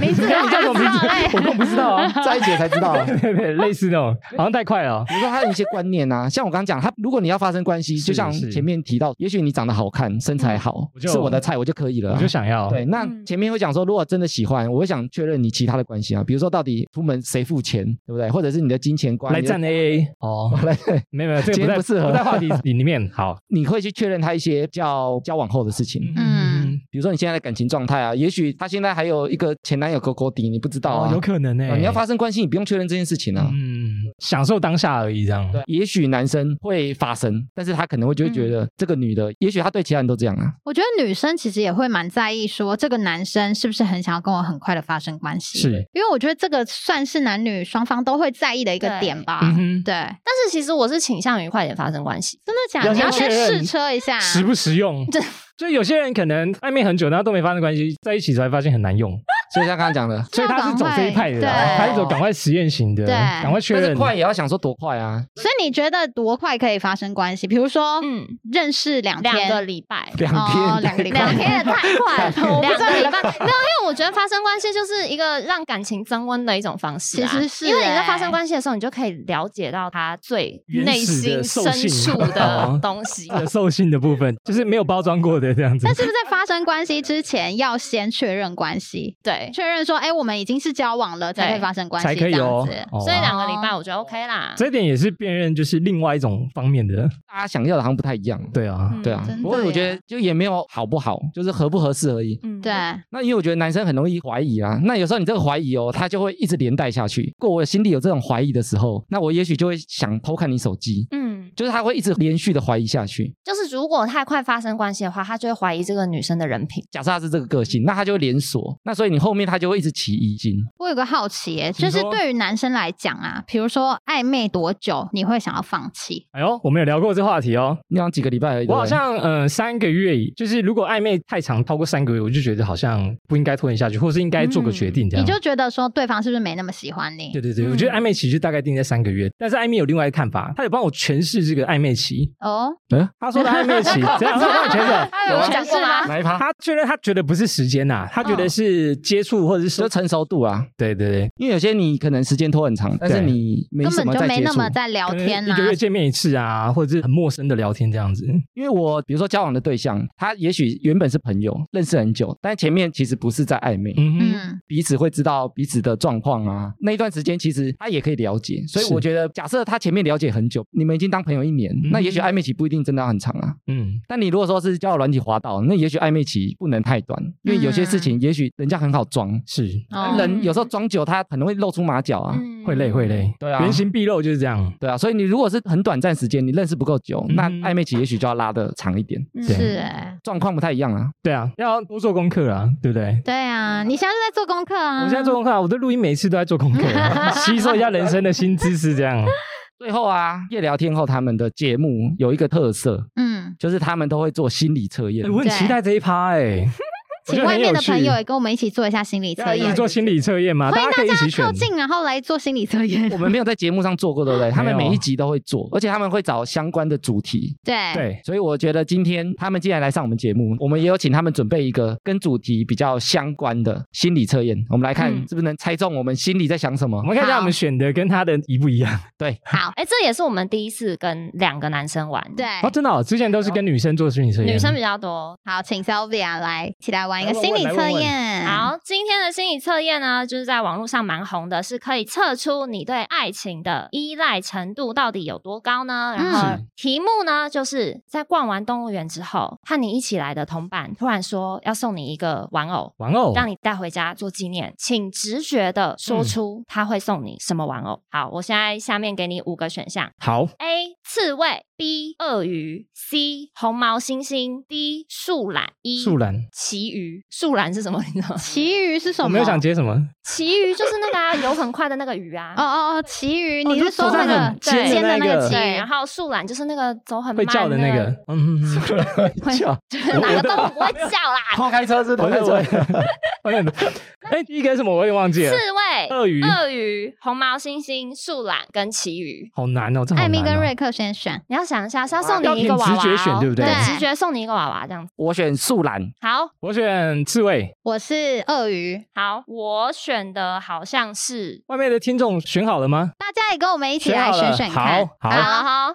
S7: 没事，
S4: [LAUGHS] 你
S7: 还
S4: 叫
S7: 是
S4: 什么名字？我根本不知道
S7: 欸
S4: 啊。
S5: 在一起才知道、啊。
S4: [LAUGHS] 对对，类似那种，好像太快了哦。
S5: 比如说他有一些观念啊，像我刚刚讲，他如果你要发生关系，
S4: 是
S5: 就像
S4: 是嗯
S5: 前面提到，也许你长得好看，身材好
S4: 我，就是
S5: 我的菜，我就可以了啊、
S4: 我就想要，
S5: 对，那前面会讲说，如果真的喜欢，我会想确认你其他的关系啊，比如说到底出门谁付钱，对不对？或者是你的金钱观
S4: 来
S5: 你的
S4: 站 AA 哦，
S5: [LAUGHS] 来，
S4: 没有没有，这个不
S5: 今天
S4: 在
S5: 不适合
S4: 不在话题里里面。
S5: [LAUGHS]
S4: 好，
S5: 你会去确认他一些叫交往后的事情，
S7: 嗯，
S5: 比如说你现在的感情状态啊，也许他现在还有一个前男友勾勾底，你不知道
S4: 哦
S5: 啊，
S4: 有可能呢
S5: 啊，你要发生关系，你不用确认这件事情啊。
S4: 嗯，享受当下而已，这样。
S5: 对，也许男生会发生，但是他可能会就会觉得这个女的，也许她对其他人都这样啊，
S7: 我觉得女生其实也会蛮在意，说这个男生是不是很想要跟我很快的发生关系，
S4: 是，
S7: 因为我觉得这个算是男女双方都会在意的一个
S6: 对
S7: 点吧。
S4: 嗯哼
S7: 对，
S6: 但是其实我是倾向于快点发生关系，
S7: 真的假
S4: 要
S7: 的？你要
S4: 先
S7: 先
S4: 确认
S7: 试车一下。
S4: 实不实用
S6: 对？
S4: 就有些人可能暧昧很久，然后都没发生关系，在一起才发现很
S7: [LAUGHS]
S4: 难用，
S5: 所以像刚刚讲的。
S4: 所以他是走这一派的啦，
S7: 对
S4: 他是走赶快实验型的，
S7: 对
S4: 赶快确
S5: 但是
S4: 认。
S5: 快也要想说多快啊，
S7: 所以你觉得多快可以发生关系？比如说，
S6: 嗯，
S7: 认识两天，
S6: 两个礼拜。
S5: 两
S7: 哦
S5: 天，
S7: 两个
S5: [LAUGHS]
S7: 礼拜
S6: 两天也太快了，
S7: 我不
S6: 两
S7: 知道
S6: 个
S7: 你
S6: 礼拜没有，因为我觉得发生关系就是一个让感情增温的一种方式、啊。
S7: 其实是
S6: 因为你在发
S7: 欸
S6: 生关系的时候，你就可以了解到他最
S4: 原
S6: 内
S4: 始的
S6: 心
S4: 兽
S6: 深
S4: 性
S6: 处
S4: 哦
S6: 的 [LAUGHS] 东
S4: [LAUGHS]
S6: 西。
S4: 有兽性的部分，就是没有包装过的这样子
S7: 但。是不是在发生关系之前要先确认关系，
S6: 对，
S7: 确认说，哎、我们已经是交往了，才
S6: 对
S7: 会发生关系，
S4: 才可以
S7: 这
S4: 哦
S7: 样子。，
S4: 哦
S6: 所以两个礼拜我觉得 OK
S7: 啊
S6: 啦。
S4: 这一点也是辨认，就是另外一种方面的，
S5: 大家想要的好像不太一样。
S4: 对啊，
S6: 嗯
S5: 对啊
S7: 真，的
S5: 不过我觉
S7: 耶
S5: 得就也没有好不好，就是合不合适而已。
S6: 嗯，
S7: 对，
S5: 那因为我觉得男生很容易怀疑啊，那有时候你这个怀疑哦，他就会一直连带下去。如果我心里有这种怀疑的时候，那我也许就会想偷看你手机，
S6: 嗯，
S5: 就是他会一直连续的怀疑下去。
S6: 就是如果太快发生关系的话，他就会怀疑这个女生的人品。
S5: 假设他是这个个性，那他就会连锁，那所以你后面他就会一直起疑心。
S7: 我有个好奇、耶，
S4: 请
S7: 就是
S4: 说
S7: 对于男生来讲啊，比如说暧昧多久你会想要放弃？
S4: 哎呦，我们有聊过这话题哦。
S5: 那样几个礼拜而已。
S4: 我好
S5: 对不对
S4: 像呃三个月以，就是如果暧昧太长超过三个月，我就觉得好像不应该拖延下去，或是应该做个决定这
S7: 你
S4: 样。
S7: 就觉得说对方是不是没那么喜欢你嗯
S4: 对？对对，我觉得暧昧期就大概定在三个月，但是艾米有另外一个看法，他有帮我诠释这个暧昧期。
S7: 哦，
S5: 嗯，他说的暧昧
S7: [LAUGHS]
S5: 期，这样他完全的
S7: 他
S5: 有
S7: 有
S5: 啊
S7: 解释吗？
S5: 哪一趴？
S4: 他觉得他觉得不是时间呐、啊他觉得是接触或者是
S5: 就 [LAUGHS]
S4: 说，
S5: 成熟度啊，
S4: 对对对，
S5: 因为有些你可能时间拖很长，但是
S4: 对
S5: 你没
S7: 根
S5: 什
S7: 本
S5: 么
S7: 就
S5: 在
S7: 没
S5: 接
S7: 那
S5: 触
S7: 么。在聊
S4: 可能
S7: 天啊
S4: 一
S7: 呐、
S4: 个月见面一次啊，或者是很陌生的聊天这样子。
S5: 因为我比如说交往的对象，他也许原本是朋友，认识很久，但前面其实不是在暧昧，
S4: 嗯哼，
S7: 嗯，
S5: 彼此会知道彼此的状况啊。那一段时间其实他也可以了解，所以
S4: 是
S5: 我觉得，假设他前面了解很久，你们已经当朋友一年，
S4: 嗯
S5: 那也许暧昧期不一定真的要很长啊。
S4: 嗯，
S5: 但你如果说是交友软体滑到，那也许暧昧期不能太短，因为有些事情也许人家很好装，
S4: 是
S7: 哦
S5: 人有时候装久他可能会露出马脚啊。
S7: 嗯
S4: 会累会累，
S5: 对啊
S4: 原形毕露就是这样。
S5: 对啊，所以你如果是很短暂时间，你认识不够久，
S4: 嗯
S5: 那暧昧期也许就要拉的长一点，
S4: 对
S7: 是哎、
S5: 状况不太一样啊。
S4: 对啊，要多做功课啊，对不对？
S7: 对啊，你现在是在做功课啊？
S4: 嗯我现在做功课啊，我的录音每次都在做功课，啊
S7: [LAUGHS]
S4: 吸收一下人生的新知识，这样。
S5: 最后啊，夜聊天后他们的节目有一个特色，
S7: 嗯，
S5: 就是他们都会做心理测验
S4: 哎。我很期待这一趴哎，我觉
S7: 请
S4: 得
S7: 外
S4: 很
S7: 面
S4: 有
S7: 的
S4: 趣
S7: 朋友也跟我们一起做一下心理测
S4: 要一起
S7: 验，
S4: 做心理测验嘛，
S7: 欢
S4: 大
S7: 迎
S4: 家可以一
S7: 大
S4: 起
S7: 家靠
S4: 选。
S7: 近，然后来做心理测验。
S5: 我们没有在节目上做过，对
S4: [LAUGHS]
S5: 不对？他们
S4: 没有
S5: 每一集都会做，而且他们会找相关的主题。
S7: 对，
S4: 对，
S5: 所以我觉得今天他们既然来上我们节目，我们也有请他们准备一个跟主题比较相关的心理测验，我们来看
S6: 嗯
S5: 是不是能猜中我们心里在想什么
S4: 我。们看一下我们选的跟他的一不一样。
S6: 好，哎、这也是我们第一次跟两个男生玩，
S7: 对，
S4: 哦，真的哦，之前都是跟女生做心理测验，
S6: 女生比较多。
S7: 好，请 Sylvia 来一起来玩一个
S4: 来问
S7: 心理
S4: 问来
S7: 测
S4: 问问
S7: 验。，
S6: 好，今天的心理测验呢，就是在网络上蛮红的，是可以测出你对爱情的依赖程度到底有多高呢？然后
S4: 是
S6: 题目呢，就是在逛完动物园之后，和你一起来的同伴突然说要送你一个玩偶，
S4: 玩偶，
S6: 让你带回家做纪念，请直觉的
S4: 嗯
S6: 说出他会送你什么玩偶。好，我现在下面给你五个选项
S4: 好，
S6: ：A. 刺猬，B. 鳄鱼，C. 红毛猩猩，D. 树懒。E.
S4: 树懒，
S6: 旗鱼，树懒是什么？你知道吗？
S7: 其余是什么？
S4: 我没有想接什么，
S6: 旗鱼就是那个啊，游很快的那个鱼啊。
S7: 哦哦哦，其余
S4: 哦
S7: 你
S4: 就是
S7: 说
S4: 走
S7: 那
S4: 在
S7: 个
S4: 很尖的
S7: 对
S4: 那个
S6: 旗
S7: 对
S6: 鱼，然后树懒就是那个走很慢
S4: 会叫的那
S6: 个
S4: 个，，嗯，嗯嗯会叫，
S6: 哪个动物不会叫
S4: [LAUGHS]
S6: 啦？
S5: 偷开车是
S4: 我认为， [LAUGHS] 我认为，哎，第一个是什么我也忘记
S6: 刺
S4: 了，
S6: 猬、
S4: 鳄鱼，
S6: 鳄鱼、红毛猩猩、树懒跟旗鱼。
S4: 好难哦，这好难哦。
S7: 艾米跟瑞克先选，
S6: 你要想一下，是要送
S4: 要
S6: 你一个
S4: 凭
S6: 娃娃哦，
S4: 直觉选对不对
S7: 对
S6: 直觉送你一个娃娃这样子。
S5: 我选树懒，
S6: 好
S4: 我选刺猬。
S7: 我是鳄鱼，
S6: 好，我选的好像是，
S4: 外面的听众选好了吗？
S7: 大家也跟我们一起
S4: 选
S7: 来
S4: 好了
S7: 选选看。
S4: 好好
S6: 好，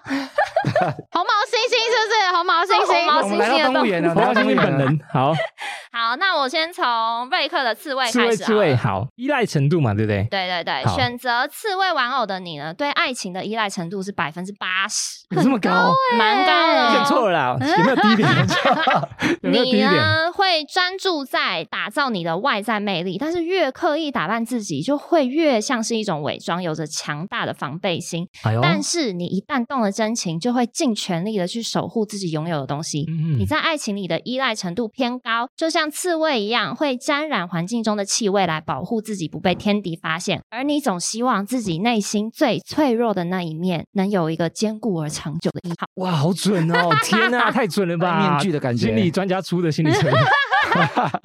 S7: 红毛猩猩是不哦是？红毛猩
S6: 红毛
S7: 猩，
S5: 我们来到动物园了，
S4: 啊我
S5: 来
S4: 要
S5: 到
S4: 相
S5: 动物
S4: 信
S5: 园
S4: 本
S6: [LAUGHS]
S5: 了。
S4: 人。好，
S6: 好，那我先从瑞克的刺猬
S4: 刺
S6: 开
S4: 猬，
S6: 始。啊
S4: 刺猬，。好，依赖程度嘛，对不对？
S6: 对对对，
S4: 好
S6: 选择刺猬玩偶的你呢，对爱情的依赖程度是百分之八十，
S4: 有这么高？
S6: 蛮高的哦。
S4: 选错了啦，有没有低一点？有没有低
S6: [LAUGHS]
S4: 一
S6: 你啊
S4: 点？
S6: 呢会专注在打造你的外在魅力，但是越刻意打扮自己，就会越像是一种伪装，有着强大的防备心。
S4: 哎呦，
S6: 但是你一旦动了真情，就会尽全力的去守护自己拥有的东西。
S4: 嗯
S6: 你在爱情里的依赖程度偏高，就像刺猬一样，会沾染环境中的气味来保护自己不被天敌发现。而你总希望自己内心最脆弱的那一面，能有一个坚固而长久的依靠。
S4: 哇，好准
S6: [LAUGHS]
S4: 哦！天哪，太准了吧！
S5: 戴面具的感觉
S4: 心理专家出的心理测
S6: [LAUGHS]
S4: 验，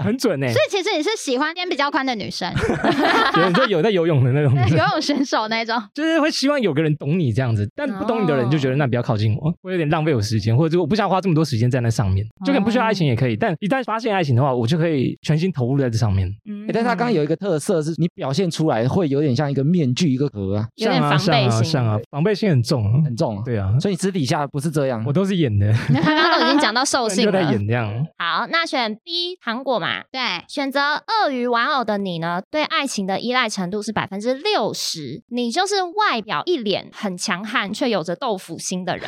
S4: 很准呢。
S7: 所以其实你是喜欢肩比较宽的女生，
S6: 啊
S4: 有就有在游泳
S6: [LAUGHS]
S4: 的那种， [LAUGHS]
S7: 游泳选手那种。
S4: 就是会希望有个人懂你这样子，但不懂你的人就
S6: 哦
S4: 觉得那不要靠近我，我有点浪费我时间，或者是我不想花这么多时间在那上面，就可能不需要爱情也可
S6: 哦
S4: 以。但一旦发现爱情的话，我就可以全心投入在这上面。
S6: 嗯
S5: 欸但是它刚刚有一个特色是，你表现出来会有点像一个面具一个壳啊，
S6: 有点防
S4: 像啊
S6: 备
S4: 像啊
S6: 心
S4: 像啊，防备心很重啊。
S5: 很重啊。
S4: 对啊，
S5: 所以你私底下不是这样
S4: 我。都是演的，
S6: 他刚刚都已经讲
S4: [LAUGHS]
S6: 到兽哦性
S4: 就在
S6: 了。
S4: 演这样。
S6: 好，那选 B 糖果嘛。
S7: 对，
S6: 选择鳄鱼玩偶的你呢，对爱情的依赖程度是百分之六十。你就是外表一脸很强悍，却有着豆腐心的人。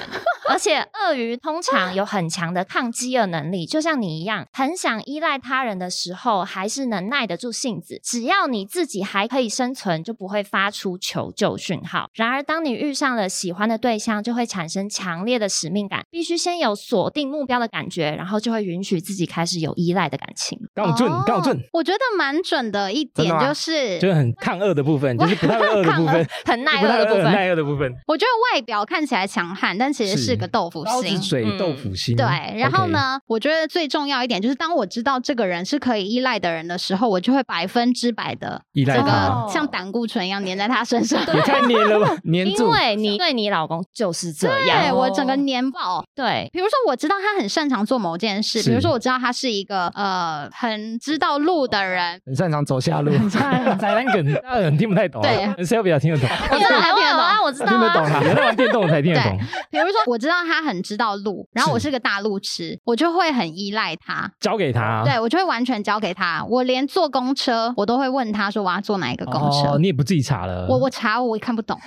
S6: 而且鳄鱼通常有很强的抗饥饿能力，就像你一样，很想依赖他人的时候，还是能耐得住性子。只要你自己还可以生存，就不会发出求救讯号。然而，当你遇上了喜欢的对象，就会产生强烈的使命感，必须先有锁定目标的感觉，然后就会允许自己开始有依赖的感情。
S4: 刚好准，
S6: 哦
S7: 哦
S4: 刚好准，
S7: 我觉得蛮准的一点
S5: 真的吗
S7: 就是，
S4: 就是很抗饿的部分，
S6: [LAUGHS]
S4: 就是不太会饿的部分，
S6: 很耐
S4: 不
S6: 饿
S4: 太
S6: 的部
S4: 会饿
S6: 分。
S4: 耐饿的部分。
S7: 我觉得外表看起来强悍，但其实
S4: 是
S7: 是个豆腐
S4: 刀
S7: 心
S4: 子。嘴
S2: 嗯
S4: 豆腐心，
S7: 对，然后
S4: OK？
S7: 呢我觉得最重要一点就是，当我知道这个人是可以依赖的人的时候，我就会百分之百的
S4: 依赖
S7: 这
S4: 他，
S7: 个像胆固醇一样粘在他身上。
S4: 也太黏了
S7: [LAUGHS]
S4: 吧？
S5: 黏
S6: 因
S5: 住，
S6: 为你对你老公就是这
S7: 啊对
S6: 样，
S7: 我整个粘爆，
S6: 对，
S7: 比如说，我知道他很擅长做某件事，
S4: 是
S7: 比如说，我知道他是一个呃很知道路的人，
S5: 很擅长走下
S7: [LAUGHS]
S5: 路，
S7: 啊
S6: 哦
S4: 宅男梗，大家可能听不太懂啊，
S7: 对
S4: 但 Sylvia 听得懂， [LAUGHS]
S7: 我知道他听得懂。
S6: 啊，我知道
S5: 听得懂
S6: 啊，
S5: 啦。
S4: 有在玩电动的才听得懂。
S7: 比如说，我知道他很知道路，然后我是个大路痴，我就会很依赖他，
S4: 交给他，
S7: 对我就会完全交给他。我连坐公车，我都会问他说我要坐哪一个公车。
S4: 哦，你也不自己查了。
S7: 我我查我也看不懂，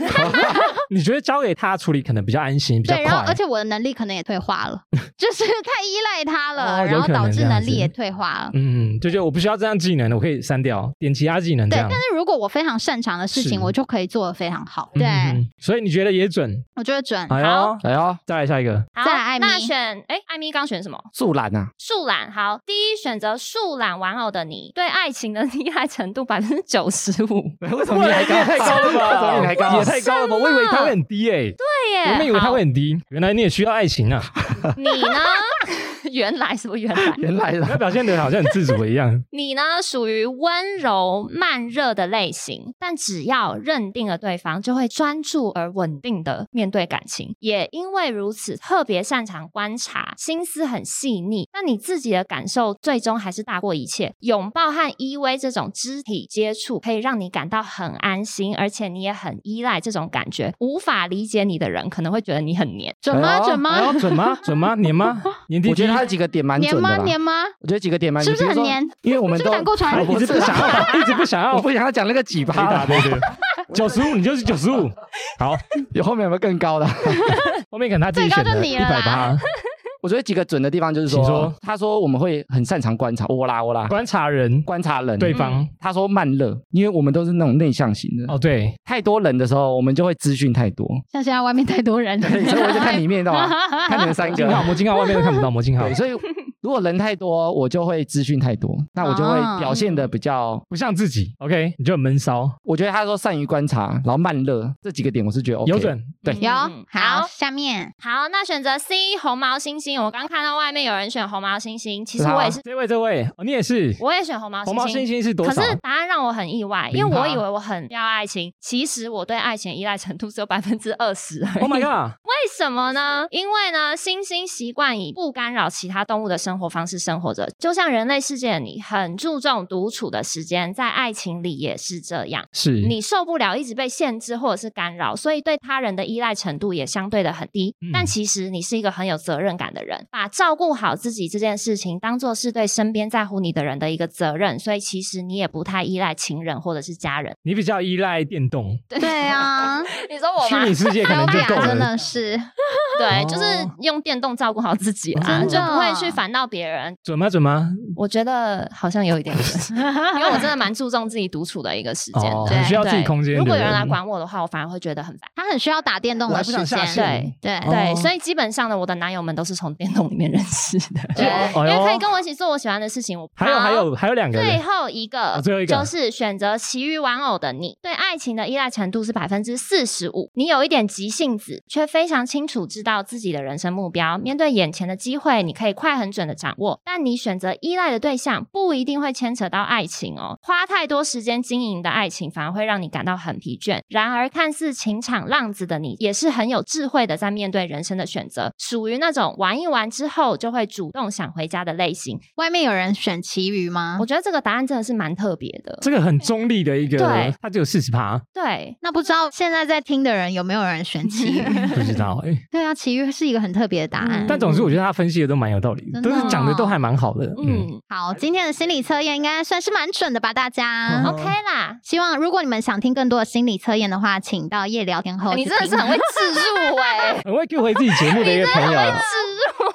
S4: 你觉得交给他处理可能比较安心，比较
S7: 对，然后
S4: 快
S7: 而。且我的能力可能也退化
S4: [LAUGHS]
S7: 了，就是太依赖他了，
S4: 哦有
S7: 然后
S4: 可能
S7: 导
S4: 这
S7: 致
S4: 样
S7: 能
S4: 子
S7: 力也退化了。
S4: 嗯，就觉得我不需要这样技能，我可以删掉，点其他技能这
S7: 对，
S4: 样
S7: 但。是如果我非常擅长的事情，
S4: 是
S7: 我就可以做得非常好。
S4: 嗯
S7: 对，嗯
S4: 嗯所以你觉得也准？
S7: 我就会准。
S4: 哎呦，
S5: 哎呦，
S4: 再来下一个，
S6: 好
S7: 再来艾米
S6: 那选哎，艾米刚选什么？
S5: 树懒啊，
S6: 树懒好，第一选择树懒玩偶的你，对爱情的依赖程度百分之九十五。
S5: 为什
S4: 哇，你也太高了 [LAUGHS] 吧？
S5: 你也太高了
S4: 也太高了吧？我以为他会很低诶，
S6: 对耶，
S4: 我们以为他
S6: 好
S4: 会很低，原来你也需要爱情
S7: [LAUGHS]
S4: 啊！
S6: 你呢？ [LAUGHS] 原来什么原来？
S5: 原来
S4: 他
S5: 的
S4: 表现的好像很自主一样。
S6: 你呢？属于温柔慢热的类型，但只要认定了对方，就会专注而稳定的面对感情。也因为如此，特别擅长观察，心思很细腻。那你自己的感受最终还是大过一切。拥抱和依偎这种肢体接触，可以让你感到很安心，而且你也很依赖这种感觉。无法理解你的人可能会觉得你很黏。
S7: 准
S5: 哎
S7: 吗？
S5: 呦
S7: 准
S4: 哎
S7: 吗
S4: 呦，？准吗？准吗？黏吗？黏弟
S5: 我觉
S4: 弟
S5: 得？他有几个点蛮
S7: 黏
S5: 准
S7: 吗
S5: 的？啦。
S7: 黏吗？
S5: 我觉得几个点蛮
S7: 是不是很
S5: 比如说
S7: 黏
S5: 因为我们
S7: 是
S5: 都
S7: 不是胆固醇
S5: 哎
S4: 一
S5: 不
S4: 直
S5: 是
S4: 不想
S5: [LAUGHS] 啦，
S4: 要，一直不想
S5: 我
S4: 要
S5: 不。想要讲那个
S4: [LAUGHS]
S5: 几
S4: 回答
S5: 趴，
S4: 对对，九十五你就是九十五。
S7: [LAUGHS]
S4: 好，
S5: 有后面有没有更高的？ [LAUGHS]
S4: 后面可能他自己选
S7: 最高
S4: 的，
S7: 就你
S4: 一
S7: 了
S4: 百八
S7: 啦 [LAUGHS]
S5: 我觉得几个准的地方就是说，
S4: 请说
S5: 他说我们会很擅长观察，我啦我啦，
S4: 观察人
S5: 观察人。
S4: 对，方。
S5: 他说慢热，因为我们都是那种内向型的，
S4: 哦，对，
S5: 太多人的时候，我们就会资讯太多，
S7: 像现在外面太多人了，
S5: 对
S4: [LAUGHS]
S5: 所以我就看里面
S7: [LAUGHS]
S5: 的嘛，看你们
S6: 嗯
S5: 三
S4: 金号
S5: 个。
S4: 魔镜号外面都看不到魔镜号
S5: 对，，所以如果人太多，我就会资讯太多，那我就
S7: 哦
S5: 会表现的比较。
S4: 不像自己。OK，你就很闷骚，
S5: 我觉得他说善于观察，然后慢热这几个点，我是觉得 OK
S4: 有
S5: 的。
S4: 准。
S5: 对
S7: 有
S6: 嗯
S7: 好，下面
S6: 好，那选择 C 红毛猩猩，我刚看到外面有人选红毛猩猩，其实
S5: 是啊
S6: 我也是，
S4: 这位，这位，哦，你也是
S6: 我也选红毛猩
S4: 红毛星
S6: 猩。
S4: 星是多
S6: 可
S4: 少？
S6: 是答案让我很意外，因为
S4: 零趴
S6: 我以为我很要爱情，其实我对爱情的依赖程度只有百分之二十而已。 [LAUGHS]
S4: Oh my god！
S6: 为什么呢？因为呢，猩猩习惯以不干扰其他动物的生活方式生活着，就像人类世界的你很注重独处的时间，在爱情里也是这样。
S4: 是
S6: 你受不了一直被限制或者是干扰，所以对他人的依赖程度也相对的很低。
S4: 嗯
S6: 但其实你是一个很有责任感的人，把照顾好自己这件事情当做是对身边在乎你的人的一个责任，所以其实你也不太依赖情人或者是家人。
S4: 你比较依赖电动，
S7: 对
S4: [LAUGHS]
S7: 啊，
S6: 你说我
S4: 虚
S6: 吗
S4: 拟？世界可能就够
S7: 雅真
S4: 了。
S7: 的是
S6: 对
S4: 哦，
S6: 就是用电动照顾好自己啦，
S7: 真的
S6: 就不会去烦到别人。
S4: 准吗？准吗？
S6: 我觉得好像有一点
S4: [LAUGHS]
S6: 准，因为我真的蛮注重自己独处的一个时间
S4: 哦，
S6: 的。
S7: 对
S4: 很需要自己
S6: 对
S4: 空间。
S6: 如果有人
S4: 对
S6: 来
S4: 不对，
S6: 管我的话，我反而会觉得很烦。
S7: 他很需要打电动
S4: 我还
S7: 的
S4: 不
S7: 时
S4: 想下
S7: 间，
S4: 线。
S6: 对
S7: 对
S4: 哦
S6: 对，所以基本上呢，我的男友们都是从电动里面认识的，
S7: 对
S4: 哎呦
S6: 因为可以跟我一起做我喜欢的事情。我
S4: 还有还。有还有两个
S6: 最
S4: 人，
S6: 后一个，
S4: 哦最后一个
S6: 就是选择其余玩偶的你，对爱情的依赖程度是百分之四十五。你有一点急性子，却非常清楚知道自己的人生目标。面对眼前的机会，你可以快很准的掌握。但你选择依赖的对象不一定会牵扯到爱情哦。花太多时间经营的爱情，反而会让你感到很疲倦。然而，看似情场浪子的你，也是很有智慧的，在面对人生的选择，属于那种玩一玩之后就会主动想回家的类型。
S7: 外面有人选其余吗
S6: 我？觉得这个答案真的是蛮特别的。
S4: 这个很中立的一个
S6: 对，
S4: 他只有四十趴，
S6: 对，
S7: 那不知道现在在听的人有没有人选其
S4: [LAUGHS]
S7: 余？
S4: 不知道哎。
S7: 对啊，其余是一个很特别的答案
S6: 嗯。
S4: 但总之，我觉得他分析的都蛮有道理的，都
S7: 真的
S4: 是讲的都还蛮好的。嗯，
S6: 嗯
S7: 好，今天的心理测验应该算是蛮准的吧，大
S4: 嗯
S7: 家。
S6: ，OK 啦，
S7: 希望如果你们想听更多的心理测验的话，请到夜聊天后
S2: 哎
S7: 去听。
S2: 你真的是很会自入
S7: [LAUGHS]
S2: 哎、
S4: 很会 Q 回自己节目的一个朋友。啊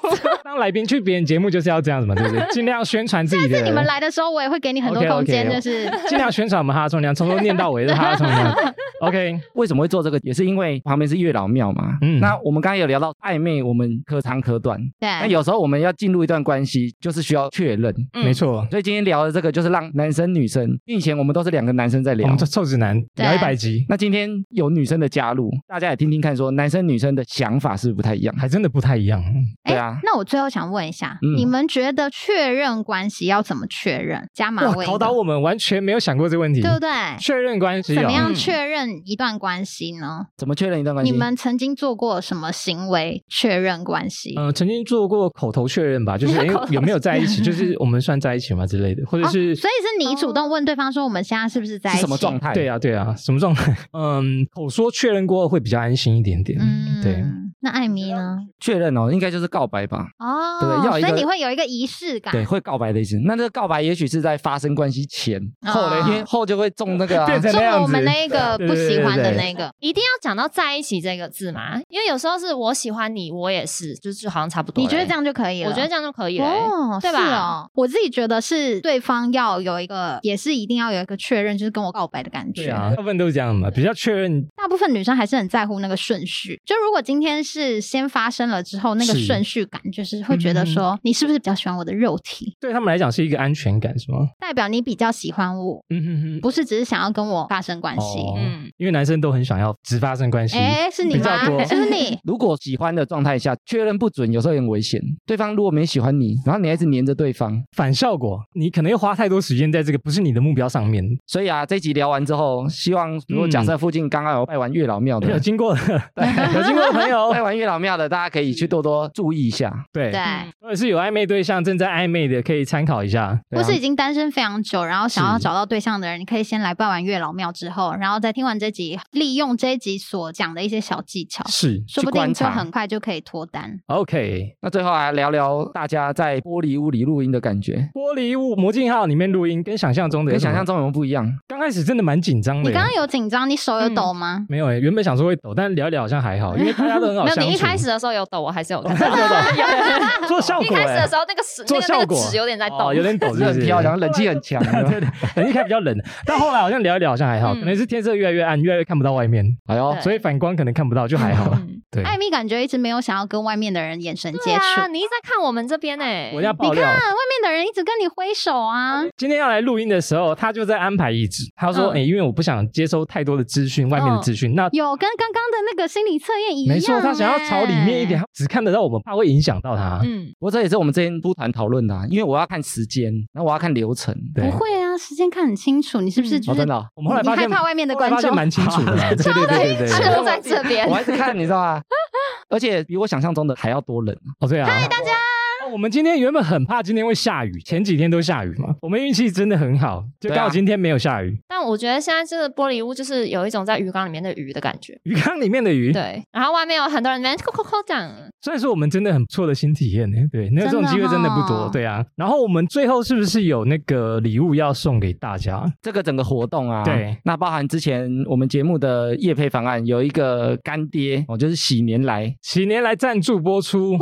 S4: [LAUGHS] 当来宾去别人节目就是要这样子嘛，对不
S7: [LAUGHS]
S4: 对？尽量宣传自己的。
S7: 你们来的时候，我也会给你很多
S4: OK，OK，
S7: 空间，
S4: 哦
S7: 就是
S4: 尽量宣传我们哈拉冲凉，从头念到尾的哈拉冲凉。 OK，
S5: 为什么会做这个？也是因为旁边是月老庙嘛。
S4: 嗯
S5: 那我们刚刚有聊到暧昧，我们可长可短。那
S4: [LAUGHS]
S7: 对，
S5: 有时候我们要进入一段关系，就是需要确认。
S7: 嗯
S4: 没错，
S5: 所以今天聊的这个就是让男生女生，因为以前我们都是两个男生在
S4: 我
S5: 聊
S4: 哦们。这臭直男
S7: 对
S4: 聊一百集，
S5: 那今天有女生的加入，大家也听听看，说男生女生的想法是不是不太一样？
S4: 还真的不太一样。
S5: 对啊，
S7: 那我最后想问一下，
S5: 嗯
S7: 你们觉得确认关系要怎么确认？加马
S4: 哇，
S7: 威的，
S4: 考倒我们，完全没有想过这个问题。
S7: 对不对？
S4: 确认关系
S7: 怎么
S4: 哦，
S7: 样确认一段关系呢？
S5: 怎么确认一段关系？
S7: 你们曾经做过什么行为确认关系？
S4: 呃，曾经做过口头确认吧，就是哎有没有在一起，就是我们算在一起嘛之类的，或者
S7: 哦，所以
S4: 是
S7: 是你主
S6: 哦
S7: 动问对方说我们现在是不是在一
S5: 是
S7: 起？
S5: 什么状？态？
S4: 对啊对啊，什么状态？ [LAUGHS] 嗯，口说确认过后会比较安心一点点。
S7: 嗯，
S4: 对。。
S7: 那艾米呢？
S5: 确认哦，应该就是告白吧？
S7: 哦，
S5: 对要有一个
S7: 所以你会有一个仪式感。
S5: 对，会告白的意思。那这个告白也许是在发生关系前，
S7: 哦
S5: 后嘞，因为后就会中那个、
S4: [LAUGHS]
S5: 啊？
S4: 变。成
S7: 中
S4: 那
S7: 了
S4: 样
S7: 我
S4: 子
S7: 们那个不喜欢
S4: 对对
S7: 的
S4: 对对
S7: 那个，
S6: 一定要讲到在一起这个字嘛，因为有时候是我喜欢你，我也是，就是就好像差不多。欸
S7: 你觉得这？样就可以了？
S6: 我觉得这样就可以了、欸
S7: 哦，
S6: 对
S7: 是
S6: 吧
S7: 哦，我自己觉得是对方要有一个，也是一定要有一个确认，就是跟我告白的感
S4: 对
S7: 觉。
S4: 啊，大部分都是这样嘛，比较确认
S7: 大部分女生还是很在乎那个顺序，就如果今天是先发生了之后，那个
S4: 是
S7: 顺序感就是会
S4: 嗯
S7: 觉得说，你是不是比较喜欢我的肉体，
S4: 对他们来讲是一个安全感，是吗？
S7: 代表你比较喜欢我，
S4: 嗯哼哼，
S7: 不是只是想要跟我发生关系。
S4: 哦
S6: 嗯，
S4: 因为男生都很想要只发生关系，
S7: 哎、是你
S4: 比较
S7: 吗？
S4: 多
S7: [LAUGHS] 是不是你
S4: [LAUGHS]
S5: 如果喜欢的状态下确认不准，有时候也很危险。对方如果没喜欢你，然后你还一直黏着对方，
S4: 反效果，你可能又花太多时间在这个不是你的目标上面，
S5: 所以啊，这一集聊完之后，希望如果假设附近刚刚有拜完月老庙的，
S4: 嗯有经 [LAUGHS] 过的，有经过的朋友
S5: 拜，完月老庙的，大家可以去多多注意一下。
S4: 对啊
S7: 对，，
S4: 或者是有暧昧对象正在暧昧的，可以参考一下。
S5: 对啊
S7: 或是已经单身非常久，然后想要
S4: 是
S7: 找到对象的人，你可以先来拜完月老庙之后，然后再听完这集，利用这一集所讲的一些小技巧，
S4: 是
S7: 说不
S5: 去观
S7: 定就
S5: 察
S7: 很快就可以脱单。
S4: ，OK。
S5: 那最后来聊聊大家在玻璃屋里录音的感觉，
S4: 玻璃屋魔镜号里面录音，跟想象中的有
S5: 跟
S4: 什
S5: 想
S4: 么
S5: 象中有没有不一样？
S4: 刚开始真的蛮紧张的
S7: 你
S4: 耶。
S7: 刚刚有紧张，你手
S6: 嗯
S7: 有抖吗？
S4: 没有诶，原本想说会抖，但聊一聊好像还好，因为大家都很好
S6: 没有，
S4: 相处。。
S6: 你一开始的时候有抖，我 [LAUGHS] 还是有看 [LAUGHS]
S4: 有做效果
S6: 一
S4: 耶，
S6: 开始的时候，那个纸，
S4: 做
S6: 那个那
S4: 效
S6: 个
S4: 果
S6: 纸有点在抖，
S4: 哦有点抖，是
S5: 是
S4: 不
S5: 很
S4: 是？
S5: 飘，然后冷气很强。
S4: [LAUGHS] 对对，冷气开比较冷，但后来好像聊一聊好像还好，
S6: 嗯
S4: 可能是天色越来越暗，越来越看不到外面，哦
S5: 哎呦
S6: 对，
S4: 所以反光可能看不到，就还好。
S6: 嗯
S4: 对，
S7: 艾米感觉一直没有想要跟外面的人眼神
S6: 对
S7: 接触，
S6: 啊，你一直在看我们这边呢、欸
S4: 我要爆料，
S7: 外面的人一直跟你挥手啊，
S4: 今天要来录音的时候，他就在安排椅子，他说：“
S6: 嗯
S4: 哎，因为我不想接收太多的资讯，外面的资讯，那
S7: 有跟刚刚的那个心理测哦验一样、欸哎
S4: 没错，他想要朝里面一点，。他只看得到我们，怕会影响到他。
S6: 嗯， [LAUGHS]
S5: 不过这也是我们之前不团讨论的、啊，因为我要看时间，然后我要看流程。
S4: 对
S7: 不，会啊，时间看很清楚，你是
S4: 嗯
S7: 不是就
S5: 哦，
S7: 是、
S5: 真的哦、
S4: 啊我们后来
S7: 你
S4: 发
S7: 害
S4: 现
S7: 怕外面的观
S4: 后来发
S7: 众
S4: 现？蛮清楚的
S7: [LAUGHS]
S4: 啦，对对对对
S6: 他
S4: 对。
S6: 就在这边
S5: 我，还是看，你知道吗？而且比我想象中的还要多人。
S4: 哦，对啊，嗨，大家。我们今天原本很怕今天会下雨，前几天都下雨嘛。我们运气真的很好，就
S5: 对啊
S4: 刚好今天没有下雨。
S6: 但我觉得现在这个玻璃屋就是有一种在鱼缸里面的鱼的感觉。
S4: 鱼缸里面的鱼，
S6: 对，然后外面有很多人在那边扣扣扣这样，
S4: 算是我们真的很不错的新体验呢。欸对，那这种机会真的不
S7: 真的
S4: 多
S7: 哦，
S4: 对啊。然后我们最后是不是有那个礼物要送给大家？
S5: 这个整个活动啊，
S4: 对，
S5: 那包含之前我们节目的夜配方案有一个干爹哦，就是喜年来，
S4: 喜年来赞助播出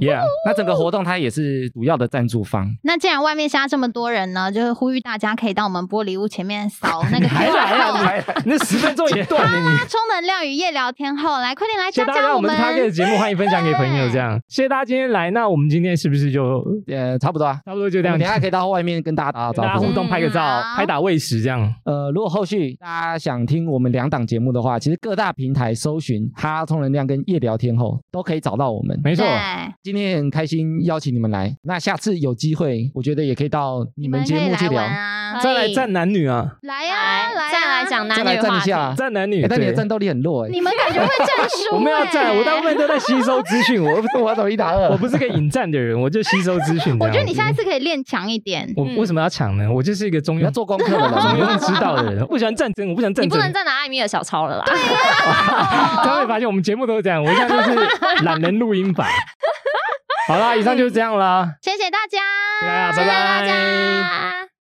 S4: ，Yeah，
S5: 那整个活动它也是主要的赞助方。
S7: 那既然外面现在这么多人呢，就是呼吁大家可以到我们玻璃屋前面扫那个
S4: [LAUGHS] 还
S7: QR
S4: 来啊
S7: code，
S4: 还来，那十分钟也断
S7: [LAUGHS]
S4: 了你。
S7: 充能量与夜聊天后，来快点来
S4: 谢
S7: 加
S4: 谢大
S7: 加
S4: 家，我们
S7: 们
S4: 是 p。a 的节目，欢迎分享给朋友。这样，谢谢大家今天来。那我们今天是不是就
S5: 呃，差不多啊，
S4: 差不多就这
S5: 我
S4: 样
S5: 们等一？下可以到外面跟大家打
S4: 大家
S5: 招呼
S4: 互。动拍个照
S7: 嗯，好
S4: 拍打喂食这样。
S5: 呃，如果后续大家想听我们两档节目的话，其实各大平台搜寻“哈充能量”跟“夜聊天后”都可以找到我们。
S4: 没错
S7: 对，，
S5: 今天很开心邀请你们来，那下次有机会，我觉得也可以到你们节目
S7: 可
S5: 去
S7: 以来
S5: 聊
S7: 玩。啊，
S4: 再来站男女啊，
S7: 来呀，来
S6: 哎再来
S7: 啊，
S6: 讲男
S5: 再来
S6: 女
S5: 站一
S6: 话题。
S5: 下啊，
S4: 站男女
S5: 欸。但你的
S4: 对
S5: 战斗力很弱哎、
S7: 你们感觉会
S4: [LAUGHS]
S7: 战输欸？
S4: 我们要站，我大部分都在吸收资讯，我
S5: [LAUGHS] 我要走一打二，
S4: 我不是个引战的人，我就吸收资讯。
S7: 我觉得你
S4: 这
S7: 下
S4: 样
S7: 一
S4: 子
S7: 次可以练强一点。
S6: 嗯
S4: 我为什么要抢呢？我就是一个中
S5: 你要
S4: 庸 [LAUGHS]
S5: 做功课
S4: 中
S5: 的
S4: 庸
S5: 人。
S4: 之道的人，我不喜欢战争，我不喜欢
S6: 你
S4: 战
S6: 不
S4: 争。
S6: 能哦再拿艾米的小抄了啦！
S4: 啊大家会发现我们节目都是这样，我一向就是懒人录音法。好啦，以上就是这样啦，
S7: 谢谢大家，
S4: 啊大家拜
S6: 谢谢
S4: 拜，
S6: 大家。